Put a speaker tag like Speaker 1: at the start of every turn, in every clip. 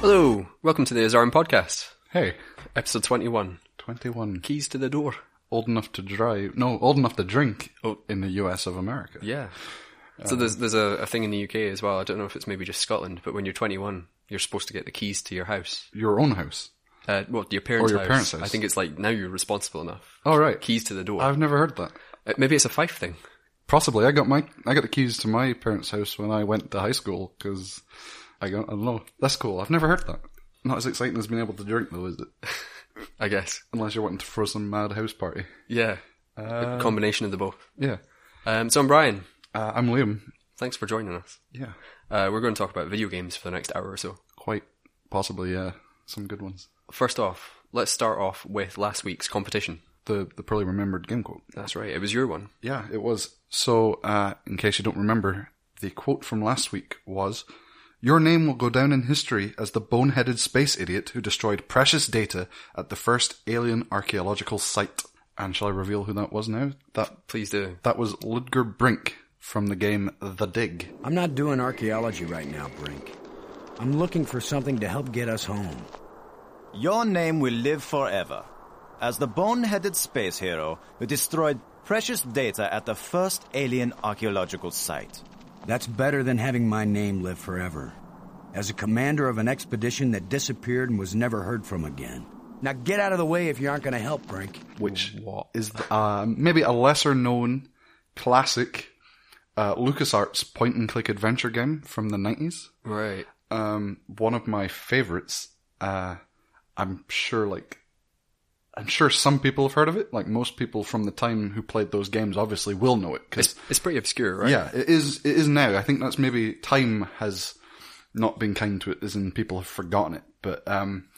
Speaker 1: Hello, welcome to the Azarin podcast,
Speaker 2: Hey,
Speaker 1: episode 21
Speaker 2: 21.
Speaker 1: Keys to the Door.
Speaker 2: Old enough to drive. No, old enough to drink o- in the US of America.
Speaker 1: Yeah. So
Speaker 2: Um,
Speaker 1: there's there's a, a thing in the UK as well. I don't know if it's maybe just Scotland, but when you're 21, you're supposed to get the keys to your house.
Speaker 2: Your own house.
Speaker 1: Uh, well, your parents'
Speaker 2: your
Speaker 1: house.
Speaker 2: parents' house.
Speaker 1: I think it's like now you're responsible enough.
Speaker 2: All right. Um,
Speaker 1: Keys to the door.
Speaker 2: I've never heard that.
Speaker 1: Uh, maybe it's a Fife thing.
Speaker 2: Possibly. I got my, I got the keys to my parents' house when I went to high school because I got, I don't know. That's cool. I've never heard that. Not as exciting as being able to drink though, is it?
Speaker 1: I guess.
Speaker 2: Unless you're wanting to throw some mad house party.
Speaker 1: Yeah.
Speaker 2: um,
Speaker 1: a combination of the both.
Speaker 2: Yeah.
Speaker 1: Um, so I'm Brian.
Speaker 2: Uh, I'm Liam.
Speaker 1: Thanks for joining us.
Speaker 2: Yeah.
Speaker 1: Uh, we're going to talk about video games for the next hour or so.
Speaker 2: Quite possibly, yeah. Some good ones.
Speaker 1: First off, let's start off with last week's competition.
Speaker 2: The, the poorly remembered game quote.
Speaker 1: That's right. It was your one.
Speaker 2: Yeah, it was. So, uh, in case you don't remember, the quote from last week was Your name will go down in history as the boneheaded space idiot who destroyed precious data at the first alien archaeological site. And shall I reveal who that was now? That
Speaker 1: Please do.
Speaker 2: that was Ludger Brink from the game The Dig.
Speaker 3: I'm not doing archaeology right now, Brink. I'm looking for something to help get us home.
Speaker 4: Your name will live forever as the boneheaded space hero who destroyed precious data at the first alien archaeological site.
Speaker 3: That's better than having my name live forever. As a commander of an expedition that disappeared and was never heard from again. Now get out of the way if you aren't going to help, Brink.
Speaker 2: which is uh, maybe a lesser known classic uh, LucasArts point and click adventure game from the 90s.
Speaker 1: Right.
Speaker 2: um, one of my favorites. Uh, I'm sure, like, I'm sure some people have heard of it. Like most people from the time who played those games, obviously will know it. Cause
Speaker 1: It's, it's pretty obscure, right?
Speaker 2: yeah, it is. It is now. I think that's maybe time has not been kind to it, as in people have forgotten it. But um,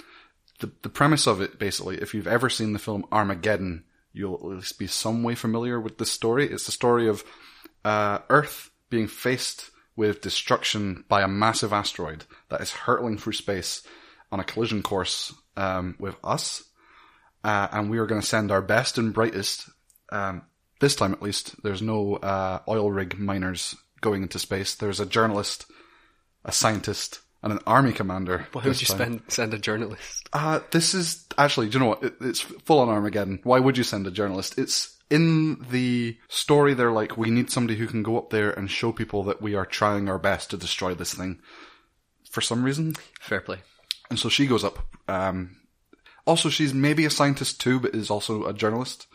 Speaker 2: the the premise of it, basically, if you've ever seen the film Armageddon, you'll at least be some way familiar with this story. It's the story of uh, Earth being faced with destruction by a massive asteroid that is hurtling through space on a collision course um, with us uh, and we are going to send our best and brightest. Um, this time, at least, there's no uh, oil rig miners going into space. There's a journalist, a scientist, and an army commander.
Speaker 1: Why would
Speaker 2: this
Speaker 1: you
Speaker 2: time.
Speaker 1: spend, send a journalist?
Speaker 2: Uh, this is actually, do you know what? It, it's full on Armageddon. Why would you send a journalist? It's in the story. They're like, we need somebody who can go up there and show people that we are trying our best to destroy this thing. For some reason,
Speaker 1: Fair play.
Speaker 2: and so she goes up. Um, also, she's maybe a scientist too, but is also a journalist.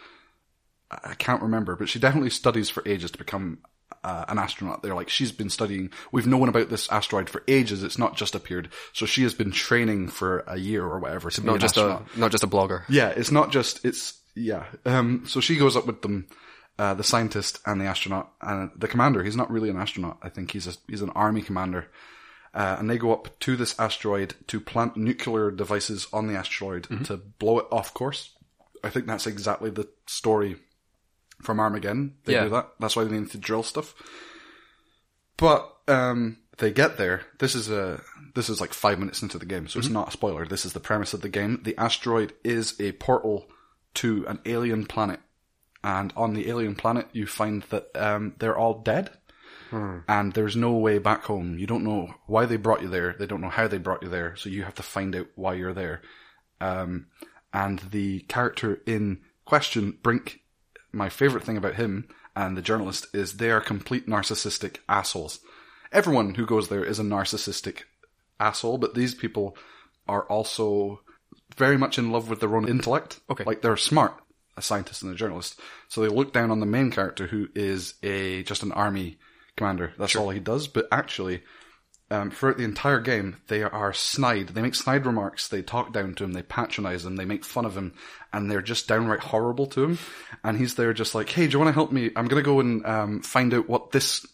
Speaker 2: I I can't remember, but she definitely studies for ages to become uh, an astronaut. They're like, she's been studying. We've known about this asteroid for ages. It's not just appeared. So she has been training for a year or whatever to be
Speaker 1: Not
Speaker 2: an
Speaker 1: just
Speaker 2: astronaut.
Speaker 1: a not just a blogger.
Speaker 2: Yeah, it's not just it's yeah. Um, so she goes up with them, uh, the scientist and the astronaut and the commander. He's not really an astronaut. I think he's a he's an army commander. Uh, and they go up to this asteroid to plant nuclear devices on the asteroid to blow it off course. I think that's exactly the story from Armageddon. They
Speaker 1: Yeah.
Speaker 2: do that. That's why they need to drill stuff. But um, they get there. This is a this is like five minutes into the game, so it's not a spoiler. This is the premise of the game. The asteroid is a portal to an alien planet, and on the alien planet, you find that um, they're all dead, and there's no way back home. You don't know why they brought you there. They don't know how they brought you there, so you have to find out why you're there. Um, and the character in question, Brink, my favorite thing about him and the journalist is they are complete narcissistic assholes. Everyone who goes there is a narcissistic asshole, but these people are also very much in love with their own intellect.
Speaker 1: Okay.
Speaker 2: Like they're smart, a scientist and a journalist. So they look down on the main character who is a just an army commander. That's all he does, but actually um, throughout the entire game, they are snide. They make snide remarks. They talk down to him. They patronize him. They make fun of him, and they're just downright horrible to him. And he's there, just like, "Hey, do you want to help me? I'm gonna go and um, find out what this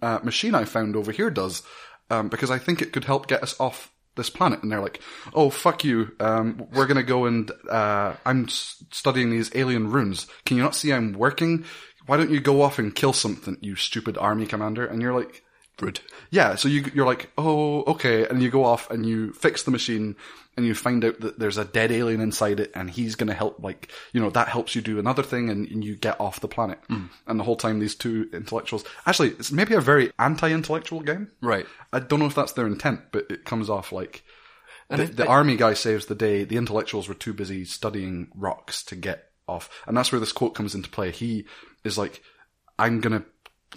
Speaker 2: uh, machine I found over here does, um, because I think it could help get us off this planet." And they're like, "Oh, fuck you. Um, we're gonna go and uh, I'm s- studying these alien runes. Can you not see I'm working? Why don't you go off and kill something, you stupid army commander?" And you're like.
Speaker 1: Rude.
Speaker 2: Yeah, so you, you're like, oh, okay, and you go off and you fix the machine and you find out that there's a dead alien inside it and he's going to help, like, you know, that helps you do another thing and, and you get off the planet. And the whole time these two intellectuals, actually, it's maybe a very anti-intellectual game.
Speaker 1: Right.
Speaker 2: I don't know if that's their intent, but it comes off like,
Speaker 1: And
Speaker 2: the,
Speaker 1: I-
Speaker 2: the army guy saves the day. The intellectuals were too busy studying rocks to get off. And that's where this quote comes into play. He is like, I'm gonna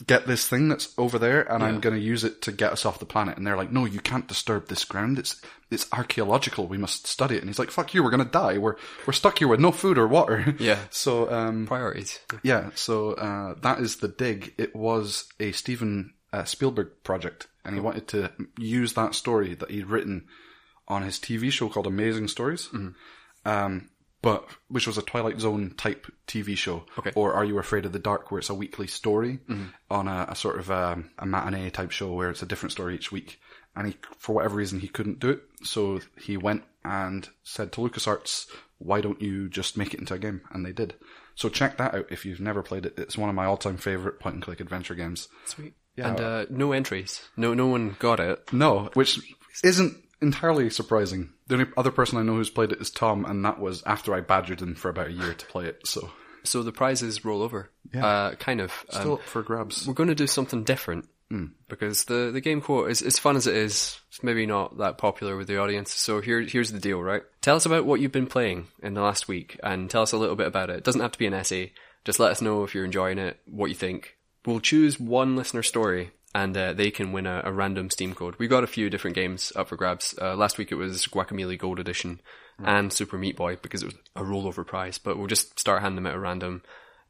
Speaker 2: get this thing that's over there and I'm gonna use it to get us off the planet. And they're like, no, you can't disturb this ground. It's, it's archaeological. We must study it. And he's like, fuck you. We're gonna die. We're, we're stuck here with no food or water.
Speaker 1: Yeah.
Speaker 2: So, um,
Speaker 1: Priorities.
Speaker 2: yeah, so uh, that is the dig. It was a Steven uh, Spielberg project, and he wanted to use that story that he'd written on his TV show called Amazing Stories, um, but which was a Twilight Zone type TV show,
Speaker 1: Okay.
Speaker 2: or Are You Afraid of the Dark, where it's a weekly story on a, a sort of um a matinee type show where it's a different story each week. And he, for whatever reason, he couldn't do it, so he went and said to LucasArts, "Why don't you just make it into a game?" And they did. So check that out if you've never played it. It's one of my all-time favorite point-and-click adventure games.
Speaker 1: Sweet. and uh, no entries. No, no one got it.
Speaker 2: No, which isn't entirely surprising. The only other person I know who's played it is Tom, and that was after I badgered him for about a year to play it. So
Speaker 1: So the prizes roll over. Yeah. Uh, kind of. Um,
Speaker 2: still up for grabs.
Speaker 1: we're going to do something different because the the game quote is as fun as it is. It's maybe not that popular with the audience. So here here's the deal, right? Tell us about what you've been playing in the last week and tell us a little bit about it. It doesn't have to be an essay. Just let us know if you're enjoying it, what you think. We'll choose one listener story and uh, they can win a, a random Steam code. We got a few different games up for grabs. Uh, last week it was Guacamole Gold Edition and Super Meat Boy because it was a rollover prize. But we'll just start handing them out at random.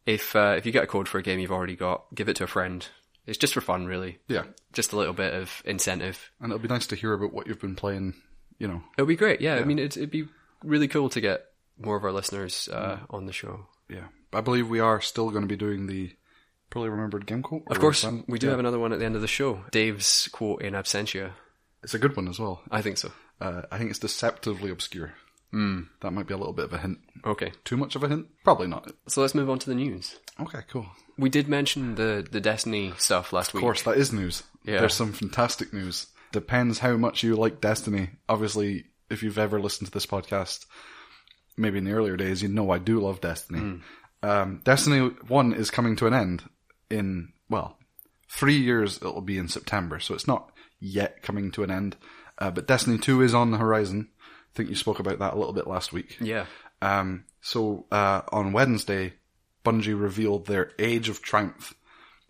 Speaker 1: If uh, if you get a code for a game you've already got, give it to a friend. It's just for fun, really.
Speaker 2: Yeah,
Speaker 1: Just a little bit of incentive.
Speaker 2: and it'll be nice to hear about what you've been playing. You know,
Speaker 1: It'll be great. Yeah, I mean, it'd, it'd be really cool to get more of our listeners uh, on the show.
Speaker 2: yeah. I believe we are still going to be doing the probably remembered game quote.
Speaker 1: Of course, we do have another one at the end of the show. Dave's quote in absentia.
Speaker 2: It's a good one as well.
Speaker 1: I think so.
Speaker 2: Uh, I think it's deceptively obscure. Mm. That might be a little bit of a hint.
Speaker 1: Okay,
Speaker 2: Too much of a hint? Probably not.
Speaker 1: so let's move on to the news.
Speaker 2: Okay, cool.
Speaker 1: We did mention the the Destiny stuff last week.
Speaker 2: Of course, that is news.
Speaker 1: Yeah.
Speaker 2: There's some fantastic news. Depends how much you like Destiny. Obviously, if you've ever listened to this podcast, maybe in the earlier days, you know I do love Destiny.
Speaker 1: Hmm.
Speaker 2: Um, Destiny 1 is coming to an end in, well, three years it'll be in September, so it's not yet coming to an end. Uh, but Destiny 2 is on the horizon. I think you spoke about that a little bit last week.
Speaker 1: Yeah.
Speaker 2: Um, so uh, on Wednesday, Bungie revealed their Age of Triumph.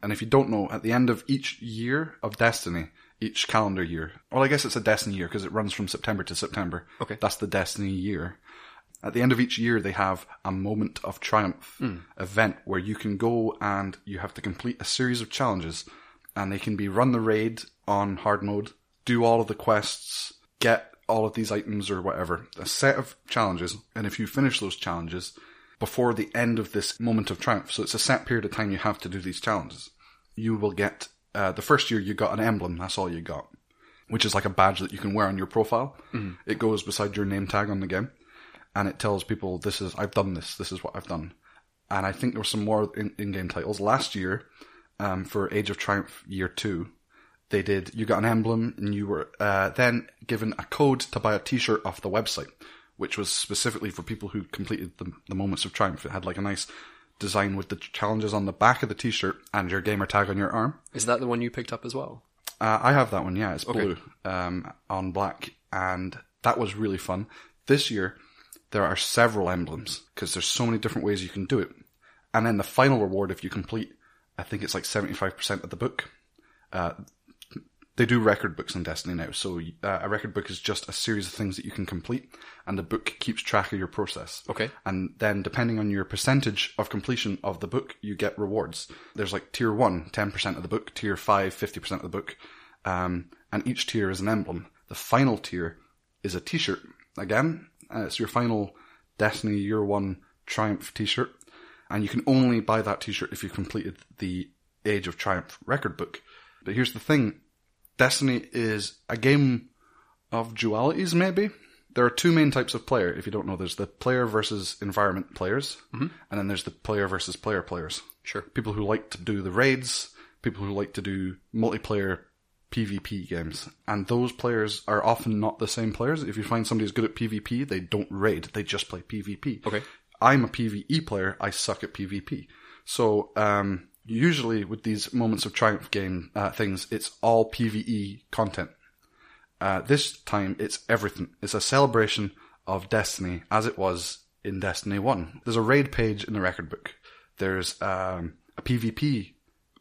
Speaker 2: And if you don't know, at the end of each year of Destiny, each calendar year, well, I guess it's a Destiny year because it runs from September to September.
Speaker 1: Okay.
Speaker 2: That's the Destiny year. At the end of each year, they have a Moment of Triumph event where you can go and you have to complete a series of challenges. And they can be run the raid on hard mode, do all of the quests, get all of these items or whatever, a set of challenges. And if you finish those challenges before the end of this Moment of Triumph, so it's a set period of time you have to do these challenges, you will get uh, the first year you got an emblem. That's all you got, which is like a badge that you can wear on your profile. It goes beside your name tag on the game, and it tells people this is I've done this. This is what I've done. And I think there were some more in- in-game titles last year um, for Age of Triumph Year Two. They did. You got an emblem, and you were uh, then given a code to buy a T-shirt off the website, which was specifically for people who completed the, the moments of triumph. It had like a nice design with the challenges on the back of the T-shirt and your gamer tag on your arm.
Speaker 1: Is that the one you picked up as well?
Speaker 2: Uh, I have that one. Yeah, it's blue um, on black, and that was really fun. This year, there are several emblems because there's so many different ways you can do it. And then the final reward, if you complete, I think it's like 75% of the book. Uh, they do record books in Destiny now, so uh, a record book is just a series of things that you can complete, and the book keeps track of your process.
Speaker 1: Okay.
Speaker 2: And then, depending on your percentage of completion of the book, you get rewards. There's like tier one, 10% of the book, tier five, 50% of the book, um, and each tier is an emblem. The final tier is a t shirt. Again, uh, it's your final Destiny Year One Triumph t shirt, and you can only buy that t shirt if you completed the Age of Triumph record book. But here's the thing Destiny is a game of dualities, maybe. There are two main types of player, if you don't know. There's the player versus environment players, and then there's the player versus player players.
Speaker 1: Sure.
Speaker 2: People who like to do the raids, people who like to do multiplayer PvP games. And those players are often not the same players. If you find somebody's good at PvP, they don't raid, they just play PvP.
Speaker 1: Okay.
Speaker 2: I'm a PvE player. I suck at PvP. So um, usually with these moments of triumph game uh, things, it's all PvE E content. Uh, this time it's everything. It's a celebration of Destiny as it was in Destiny 1. There's a raid page in the record book. There's um, a PvP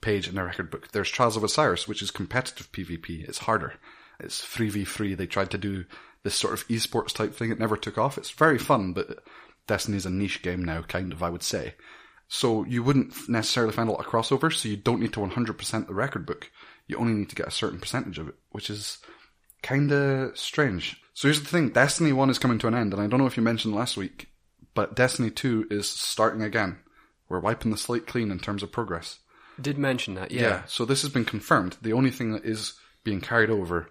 Speaker 2: page in the record book. There's Trials of Osiris, which is competitive PvP. It's harder. It's 3v3. They tried to do this sort of esports type thing. It never took off. It's very fun, but Destiny is a niche game now, kind of, I would say. So you wouldn't necessarily find a lot of crossover, so you don't need to 100% the record book. You only need to get a certain percentage of it, which is kind of strange. So here's the thing Destiny 1 is coming to an end, and I don't know if you mentioned last week, but Destiny 2 is starting again. We're wiping the slate clean in terms of progress.
Speaker 1: Did mention that, yeah.
Speaker 2: So this has been confirmed. The only thing that is being carried over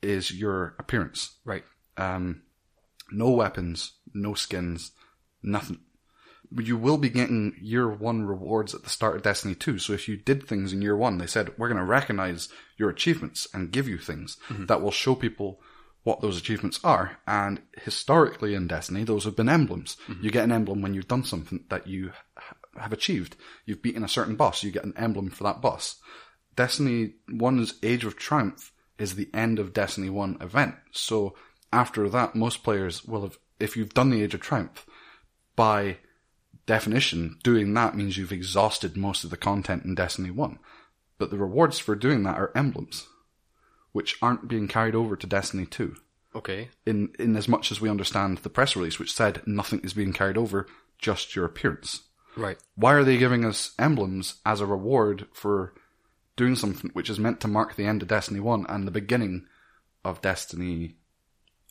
Speaker 2: is your appearance.
Speaker 1: Right.
Speaker 2: Um, no weapons, no skins, nothing. But You will be getting year one rewards at the start of Destiny 2. So if you did things in year one, they said, we're going to recognize your achievements and give you things that will show people what those achievements are. And historically in Destiny, those have been emblems. You get an emblem when you've done something that you ha- have achieved. You've beaten a certain boss, you get an emblem for that boss. Destiny 1's Age of Triumph is the end of Destiny 1 event. So after that, most players will have, if you've done the Age of Triumph, by definition, doing that means you've exhausted most of the content in Destiny 1. But the rewards for doing that are emblems, which aren't being carried over to Destiny 2.
Speaker 1: Okay.
Speaker 2: In, in as much as we understand the press release, which said nothing is being carried over, just your appearance
Speaker 1: Right.
Speaker 2: why are they giving us emblems as a reward for doing something which is meant to mark the end of Destiny 1 and the beginning of Destiny?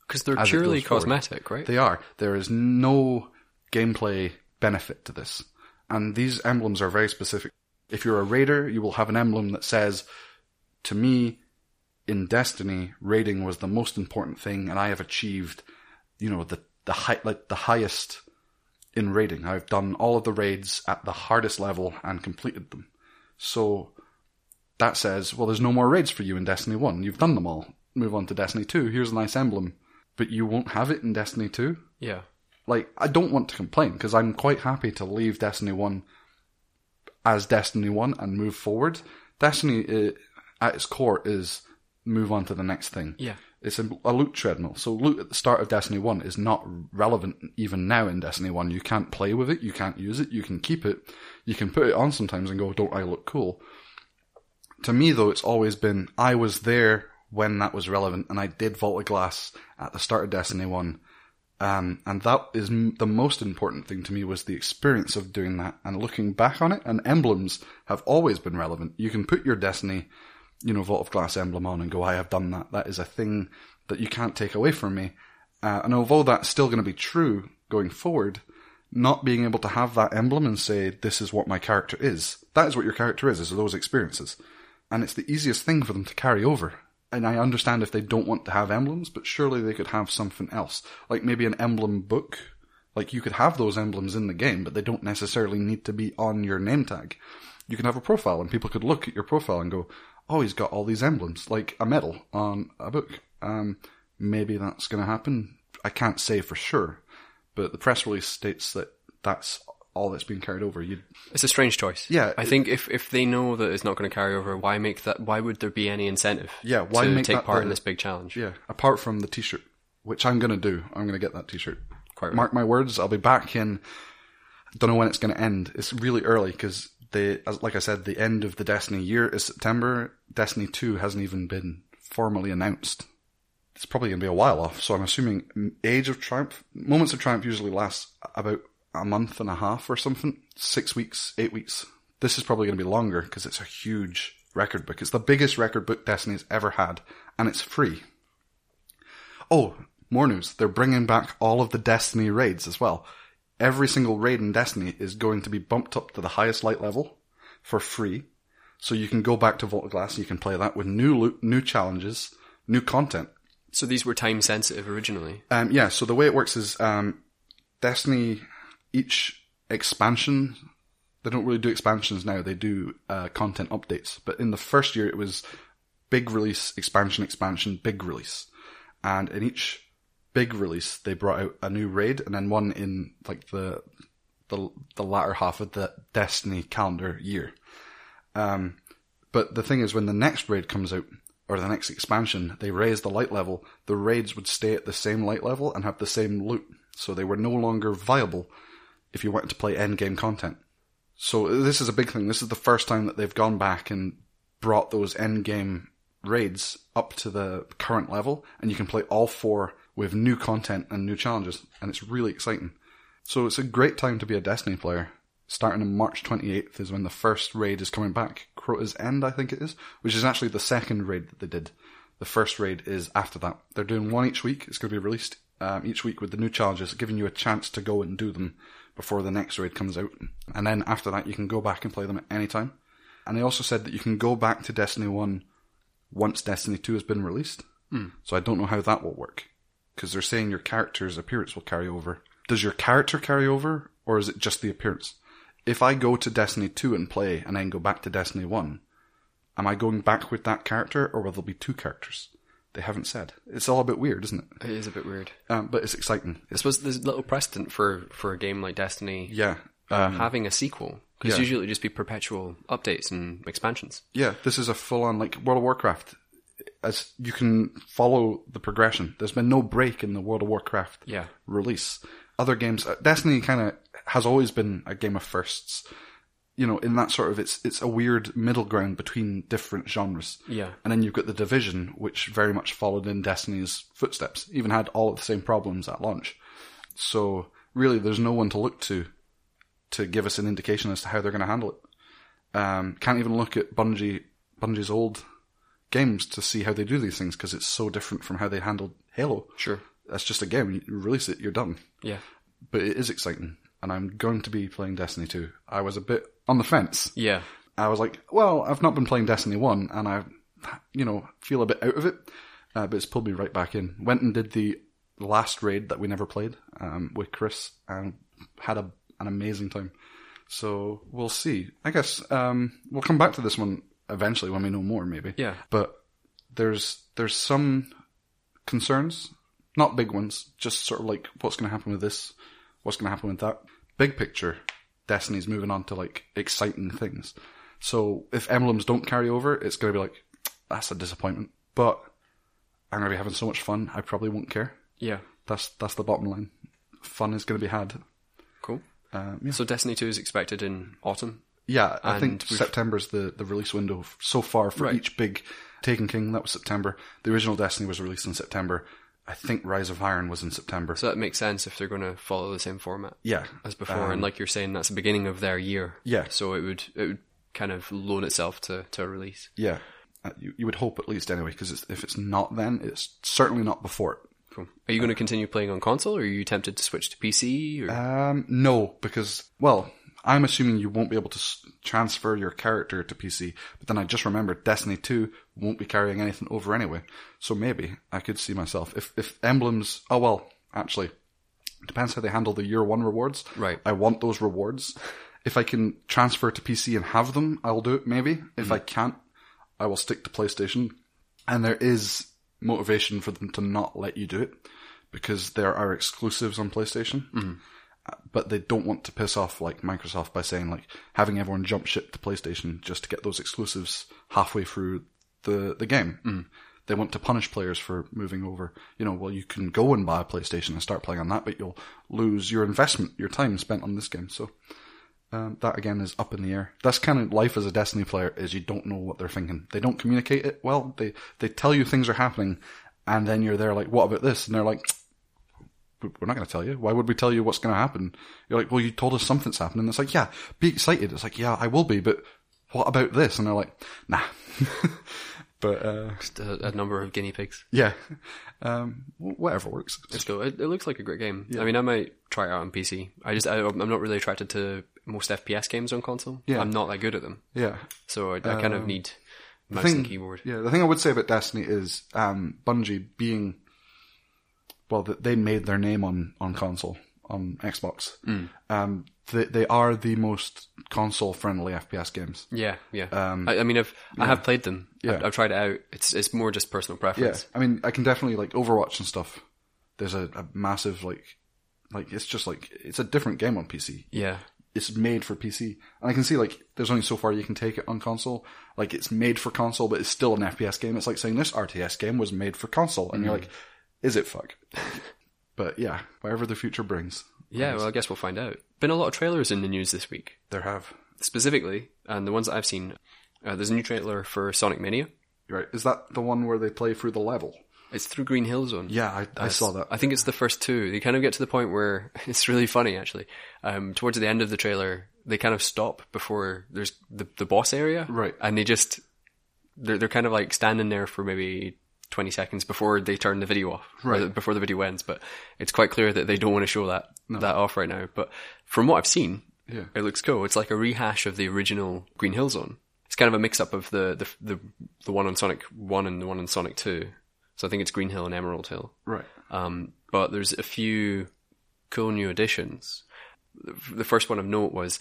Speaker 1: Because they're
Speaker 2: as it
Speaker 1: purely
Speaker 2: goes forward?
Speaker 1: cosmetic, right?
Speaker 2: They are. There is no gameplay benefit to this. And these emblems are very specific. If you're a raider, you will have an emblem that says, to me, in Destiny, raiding was the most important thing, and I have achieved, you know, the, the high, like the highest in raiding. I've done all of the raids at the hardest level and completed them. So that says, well, there's no more raids for you in Destiny 1. You've done them all. Move on to Destiny 2. Here's a nice emblem. But you won't have it in Destiny 2?
Speaker 1: yeah.
Speaker 2: Like, I don't want to complain because I'm quite happy to leave Destiny 1 as Destiny 1 and move forward. Destiny, uh, at its core, is move on to the next thing.
Speaker 1: Yeah.
Speaker 2: It's a, a loot treadmill. So loot at the start of Destiny 1 is not relevant even now in Destiny 1. You can't play with it, you can't use it, you can keep it, you can put it on sometimes and go, don't I look cool? To me though, it's always been, I was there when that was relevant and I did Vault of Glass at the start of Destiny 1. Um, and that is m- the most important thing to me was the experience of doing that and looking back on it. And emblems have always been relevant. You can put your Destiny you know, Vault of Glass emblem on and go, I have done that. That is a thing that you can't take away from me. Uh, and although that's still going to be true going forward, not being able to have that emblem and say, this is what my character is. That is what your character is, is those experiences. And it's the easiest thing for them to carry over. And I understand if they don't want to have emblems, but surely they could have something else. Like maybe an emblem book. Like you could have those emblems in the game, but they don't necessarily need to be on your name tag you can have a profile and people could look at your profile and go, oh, he's got all these emblems, like a medal on a book. Um, maybe that's going to happen. I can't say for sure, but the press release states that that's all that's being carried over. You,
Speaker 1: It's a strange choice.
Speaker 2: Yeah,
Speaker 1: I
Speaker 2: it-
Speaker 1: think if, if they know that it's not going to carry over, why make that? Why would there be any incentive?
Speaker 2: Yeah, why
Speaker 1: to
Speaker 2: make
Speaker 1: take
Speaker 2: that
Speaker 1: part in
Speaker 2: the-
Speaker 1: this big challenge?
Speaker 2: yeah, apart from the t-shirt, which I'm going to do. I'm going to get that t-shirt.
Speaker 1: Quite right.
Speaker 2: Mark my words. I'll be back in. Don't know when it's going to end. It's really early because they, as, like I said, the end of the Destiny year is September. Destiny Two hasn't even been formally announced. It's probably going to be a while off. So I'm assuming mm, Age of Triumph, Moments of Triumph usually lasts about a month and a half or something, six weeks, eight weeks. This is probably going to be longer because it's a huge record book. It's the biggest record book Destiny's ever had, and it's free. Oh, more news. They're bringing back all of the Destiny raids as well. Every single raid in Destiny is going to be bumped up to the highest light level for free. So you can go back to Vault of Glass and you can play that with new loot, new challenges, new content.
Speaker 1: So these were time sensitive originally.
Speaker 2: Um, yeah, so the way it works is um, Destiny, each expansion, they don't really do expansions now, they do uh, content updates. But in the first year, it was big release, expansion, expansion, big release. And in each big release, they brought out a new raid and then one in like the the, the latter half of the Destiny calendar year. Um, but the thing is, when the next raid comes out, or the next expansion, they raised the light level, the raids would stay at the same light level and have the same loot, so they were no longer viable if you wanted to play end game content. So this is a big thing. This is the first time that they've gone back and brought those end game raids up to the current level, and you can play all four with new content and new challenges, and it's really exciting. So it's a great time to be a Destiny player. Starting on March 28th is when the first raid is coming back, Crota's End, I think it is, which is actually the second raid that they did. The first raid is after that. They're doing one each week. It's going to be released um, each week with the new challenges, giving you a chance to go and do them before the next raid comes out. And then after that, you can go back and play them at any time. And they also said that you can go back to Destiny 1 once Destiny 2 has been released. So I don't know how that will work. Because they're saying your character's appearance will carry over. Does your character carry over, or is it just the appearance? If I go to Destiny 2 and play, and then go back to Destiny 1, am I going back with that character, or will there be two characters? They haven't said. It's all a bit weird, isn't it?
Speaker 1: It is a bit weird.
Speaker 2: Um, but it's exciting.
Speaker 1: I
Speaker 2: It's,
Speaker 1: suppose there's little precedent for, for a game like Destiny
Speaker 2: yeah.
Speaker 1: uh, having a sequel. Because
Speaker 2: yeah.
Speaker 1: usually it'd just be perpetual updates and expansions.
Speaker 2: Yeah, this is a full on like World of Warcraft. As you can follow the progression, there's been no break in the World of Warcraft
Speaker 1: Yeah.
Speaker 2: release. Other games, uh, Destiny kind of has always been a game of firsts. You know, in that sort of it's it's a weird middle ground between different genres.
Speaker 1: Yeah.
Speaker 2: and then you've got the Division, which very much followed in Destiny's footsteps. Even had all of the same problems at launch. So really, there's no one to look to to give us an indication as to how they're going to handle it. Um, can't even look at Bungie Bungie's old games to see how they do these things because it's so different from how they handled Halo.
Speaker 1: Sure.
Speaker 2: that's just a game. You release it, you're done.
Speaker 1: Yeah.
Speaker 2: But it is exciting, and I'm going to be playing Destiny 2. I was a bit on the fence.
Speaker 1: Yeah.
Speaker 2: I was like, well, I've not been playing Destiny 1 and I, you know, feel a bit out of it, uh, but it's pulled me right back in. Went and did the last raid that we never played um, with Chris and had a, an amazing time. So we'll see. I guess um, we'll come back to this one eventually when we know more, maybe.
Speaker 1: Yeah.
Speaker 2: But there's there's some concerns, not big ones, just sort of like what's going to happen with this, what's going to happen with that. Big picture, Destiny's moving on to like exciting things. So if emblems don't carry over, it's going to be like that's a disappointment. But I'm going to be having so much fun, I probably won't care.
Speaker 1: Yeah.
Speaker 2: That's that's the bottom line. Fun is going to be had.
Speaker 1: Cool.
Speaker 2: Uh,
Speaker 1: So Destiny 2 is expected in autumn.
Speaker 2: Yeah, I
Speaker 1: And
Speaker 2: think
Speaker 1: we've-
Speaker 2: September's the, the release window f- so far for
Speaker 1: Right.
Speaker 2: each big Taken King. That was September. The original Destiny was released in September. I think Rise of Iron was in September.
Speaker 1: So that makes sense if they're going to follow the same format
Speaker 2: yeah, um,
Speaker 1: as before. and like you're saying, that's the beginning of their year.
Speaker 2: Yeah.
Speaker 1: So it would it would kind of loan itself to, to a release.
Speaker 2: yeah, Uh, you, you would hope at least anyway, because if it's not then, it's certainly not before it.
Speaker 1: Cool. Are you going to continue playing on console, or are you tempted to switch to PC? Or
Speaker 2: Um, no, because well, I'm assuming you won't be able to s- transfer your character to PC. But then I just remembered Destiny Two won't be carrying anything over anyway, so maybe I could see myself if if emblems. Oh well, actually, depends how they handle the year one rewards.
Speaker 1: Right.
Speaker 2: I want those rewards. If I can transfer to PC and have them, I'll do it. Maybe if I can't, I will stick to PlayStation. And there is motivation for them to not let you do it because there are exclusives on PlayStation but they don't want to piss off like Microsoft by saying like having everyone jump ship to PlayStation just to get those exclusives halfway through the the game. Mm. They want to punish players for moving over. You know, well, you can go and buy a PlayStation and start playing on that, but you'll lose your investment, your time spent on this game. So um, that again is up in the air. That's kind of life as a Destiny player is you don't know what they're thinking. They don't communicate it well. They they tell you things are happening, and then you're there like, what about this? And they're like, we're not going to tell you. Why would we tell you what's going to happen? You're like, well, you told us something's happening. It's like, yeah, be excited. It's like, yeah, I will be, but what about this? And they're like, nah. but uh,
Speaker 1: just a, a number of guinea pigs?
Speaker 2: yeah, um, wh- whatever works.
Speaker 1: Let's go. It, it looks like a great game. I mean, I might try it out on PC. I just I, I'm not really attracted to most FPS games on console.
Speaker 2: Yeah.
Speaker 1: I'm not that good at them,
Speaker 2: Yeah.
Speaker 1: so I, I kind of need mouse
Speaker 2: thing-
Speaker 1: and keyboard.
Speaker 2: Yeah, the thing I would say about Destiny is um, Bungie being well, that they made their name on on console on Xbox. Um, they they are the most console friendly FPS games.
Speaker 1: Yeah, yeah. I, I mean, I've I have played them.
Speaker 2: Um, Yeah.
Speaker 1: I've, I've tried it out. It's it's more just personal
Speaker 2: Yeah,
Speaker 1: preference.
Speaker 2: I mean, I can definitely like Overwatch and stuff. There's a, a massive like, like it's just like it's a different game on PC.
Speaker 1: Yeah,
Speaker 2: it's made for PC. And I can see like there's only so far you can take it on console. Like it's made for console, but it's still an FPS game. It's like saying this RTS game was made for console, and you're like, is it fuck? but yeah, whatever the future brings,
Speaker 1: Yeah, well, I guess we'll find out. Been a lot of trailers in the news this week,
Speaker 2: there have.
Speaker 1: specifically, and the ones that I've seen. Uh, there's a new trailer for Sonic Mania.
Speaker 2: Right? Is that the one where they play through the level?
Speaker 1: It's through Green Hill Zone.
Speaker 2: Yeah, I, I saw that.
Speaker 1: I think it's the first two. They kind of get to the point where it's really funny, actually. Um, towards the end of the trailer, they kind of stop before there's the, the boss area,
Speaker 2: Right.
Speaker 1: And they just they're they're kind of like standing there for maybe twenty seconds before they turn the video off, or
Speaker 2: Right.
Speaker 1: the- before the video ends. But it's quite clear that they don't want to show that that off right now. But from what I've seen,
Speaker 2: Yeah.
Speaker 1: it looks cool. It's like a rehash of the original Green Hill Zone. It's kind of a mix up of the the the, the one on Sonic One and the one on Sonic Two. So I think it's Green Hill and Emerald Hill.
Speaker 2: Right.
Speaker 1: Um, but there's a few cool new additions. The f- The first one of note was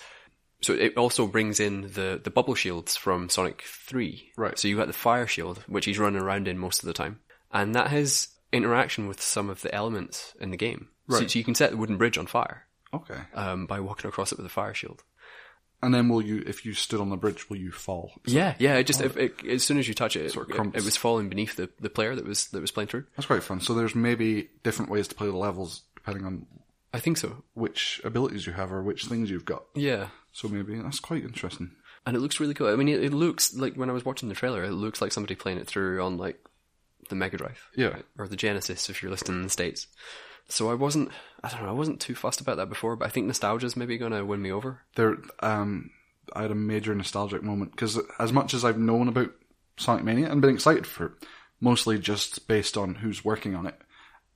Speaker 1: so it also brings in the, the bubble shields from Sonic 3.
Speaker 2: Right.
Speaker 1: So you got the fire shield, which he's running around in most of the time. And that has interaction with some of the elements in the game. So- So,
Speaker 2: Right.
Speaker 1: you can set the wooden bridge on fire
Speaker 2: Okay.
Speaker 1: um, by walking across it with a fire shield.
Speaker 2: And then will you, if you stood on the bridge, will you fall?
Speaker 1: yeah, yeah. It just if, it, as soon as you touch it, it,
Speaker 2: Sort of
Speaker 1: it,
Speaker 2: crumbles.
Speaker 1: it was falling beneath the, the player that was that was playing through.
Speaker 2: That's quite fun. So there's maybe different ways to play the levels depending on
Speaker 1: I think so.
Speaker 2: which abilities you have or which things you've got.
Speaker 1: Yeah.
Speaker 2: So maybe that's quite interesting.
Speaker 1: and it looks really cool. I mean, it, it looks like when I was watching the trailer, it looks like somebody playing it through on like the Mega Drive,
Speaker 2: Yeah.
Speaker 1: or the Genesis if you're listening in the states. So I wasn't, I don't know, I wasn't too fussed about that before, but I think nostalgia's maybe gonna win me over.
Speaker 2: There, um, I had a major nostalgic moment because as much as I've known about Sonic Mania and been excited for it, mostly just based on who's working on it.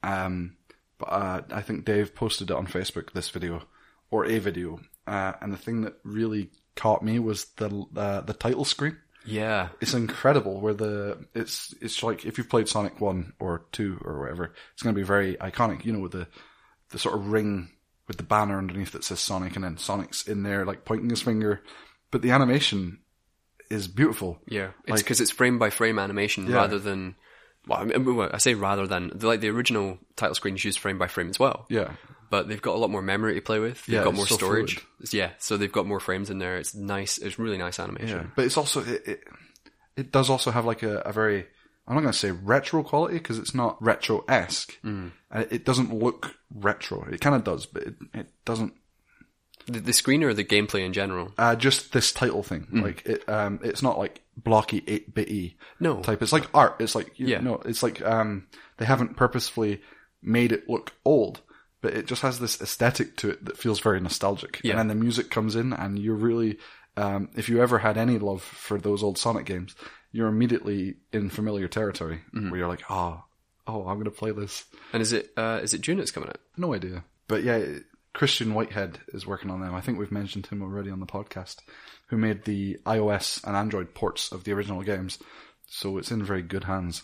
Speaker 2: Um, but uh, I think Dave posted it on Facebook this video or a video, uh, and the thing that really caught me was the uh, the title screen.
Speaker 1: Yeah,
Speaker 2: it's incredible where the it's it's like if you've played Sonic One or Two or whatever, it's going to be very iconic. You know, with the the sort of ring with the banner underneath that says Sonic, and then Sonic's in there like pointing his finger, but the animation is beautiful.
Speaker 1: yeah. It's
Speaker 2: like
Speaker 1: because it's frame by frame animation rather than. Well, I, mean, well, I say rather than the- like the original title screens used frame by frame as well.
Speaker 2: yeah,
Speaker 1: but they've got a lot more memory to play with. They've
Speaker 2: Yeah,
Speaker 1: got
Speaker 2: it's
Speaker 1: more
Speaker 2: so
Speaker 1: storage.
Speaker 2: fluid.
Speaker 1: Yeah, so they've got more frames in there. It's nice. It's really nice animation.
Speaker 2: yeah. But it's also it it, it does also have like a, a very I'm not going to say retro quality because it's not retro esque. Mm. It doesn't look retro. It kind of does, but it, it doesn't
Speaker 1: The, the screen or the gameplay in general.
Speaker 2: Uh, just this title thing,
Speaker 1: Mm.
Speaker 2: like it, um, it's not like blocky eight bitty
Speaker 1: No.
Speaker 2: type. It's like art. It's like you
Speaker 1: Yeah.
Speaker 2: know, it's like um, they haven't purposefully made it look old, but it just has this aesthetic to it that feels very nostalgic.
Speaker 1: Yeah.
Speaker 2: And then the music comes in, and you're really, um, if you ever had any love for those old Sonic games, you're immediately in familiar territory
Speaker 1: Mm-hmm.
Speaker 2: where you're like, oh, oh, I'm gonna play this.
Speaker 1: And is it uh, is it June that's coming out?
Speaker 2: No idea. But yeah, Christian Whitehead is working on them. I think we've mentioned him already on the podcast, who made the iOS and Android ports of the original games. So it's in very good hands.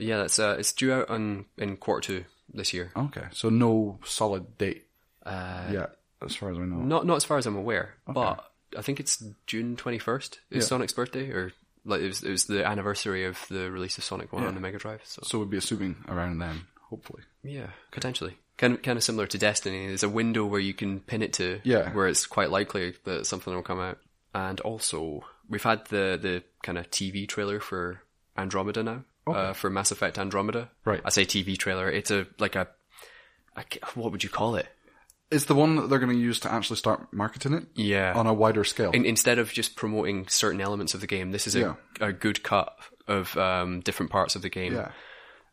Speaker 1: Yeah, that's uh, it's due out on in quarter two this year.
Speaker 2: Okay, so no solid date. Uh, yeah, as far as I know.
Speaker 1: Not not as far as I'm aware, but I think it's June twenty first. Is Sonic's birthday or like it was, it was the anniversary of the release of Sonic One on the Mega Drive. So
Speaker 2: So we'd be assuming around then, hopefully.
Speaker 1: yeah, potentially kind of, kind of similar to Destiny. There's a window where you can pin it to,
Speaker 2: Yeah.
Speaker 1: where it's quite likely that something will come out. And also, we've had the the kind of TV trailer for Andromeda now, uh, for Mass Effect Andromeda.
Speaker 2: Right.
Speaker 1: I say TV trailer. It's a like a, a ca- what would you call it?
Speaker 2: It's the one that they're going to use to actually start marketing it
Speaker 1: Yeah.
Speaker 2: on a wider scale.
Speaker 1: In, instead of just promoting certain elements of the game, this is a,
Speaker 2: Yeah.
Speaker 1: a good cut of um, different parts of the game.
Speaker 2: Yeah.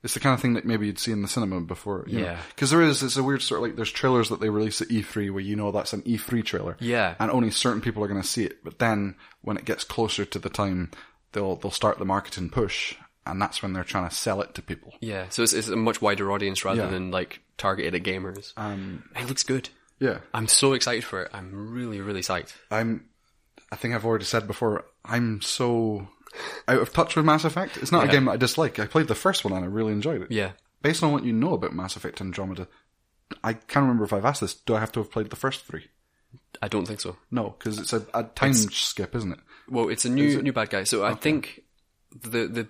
Speaker 2: It's the kind of thing that maybe you'd see in the cinema before. You
Speaker 1: Yeah.
Speaker 2: Because there is, it's a weird sort of like, there's trailers that they release at E3 where you know that's an E3 trailer.
Speaker 1: Yeah.
Speaker 2: And only certain people are going to see it. But then when it gets closer to the time, they'll, they'll start the marketing push. And that's when they're trying to sell it to people.
Speaker 1: Yeah, so it's, it's a much wider audience rather
Speaker 2: Yeah.
Speaker 1: than like targeted at gamers. Um, it looks good.
Speaker 2: Yeah.
Speaker 1: I'm so excited for it. I'm really, really psyched.
Speaker 2: I'm, I think I've already said before, I'm so out of touch with Mass Effect. It's not a game that I dislike. I played the first one and I really enjoyed it.
Speaker 1: Yeah,
Speaker 2: Based on what you know about Mass Effect Andromeda, I can't remember if I've asked this. Do I have to have played the first three?
Speaker 1: I don't think so.
Speaker 2: No, because it's a, a time skip, isn't it?
Speaker 1: Well, it's a new new bad guy. So I think the the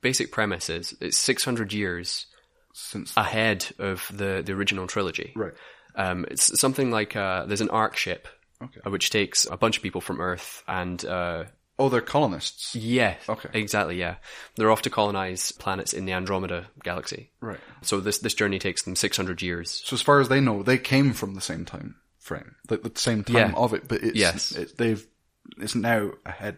Speaker 1: basic premise is it's 600 years
Speaker 2: Since
Speaker 1: ahead of the the original trilogy.
Speaker 2: right,
Speaker 1: Um, it's something like uh, there's an ark ship,
Speaker 2: Okay.
Speaker 1: uh, which takes a bunch of people from Earth, and uh,
Speaker 2: Oh, they're colonists.
Speaker 1: yeah,
Speaker 2: Okay.
Speaker 1: exactly, yeah, they're off to colonize planets in the Andromeda galaxy.
Speaker 2: Right.
Speaker 1: So this this journey takes them 600 years.
Speaker 2: So as far as they know, they came from the same time frame, like the same time
Speaker 1: Yeah.
Speaker 2: of it. But it's,
Speaker 1: Yes.
Speaker 2: it, they've it's now ahead.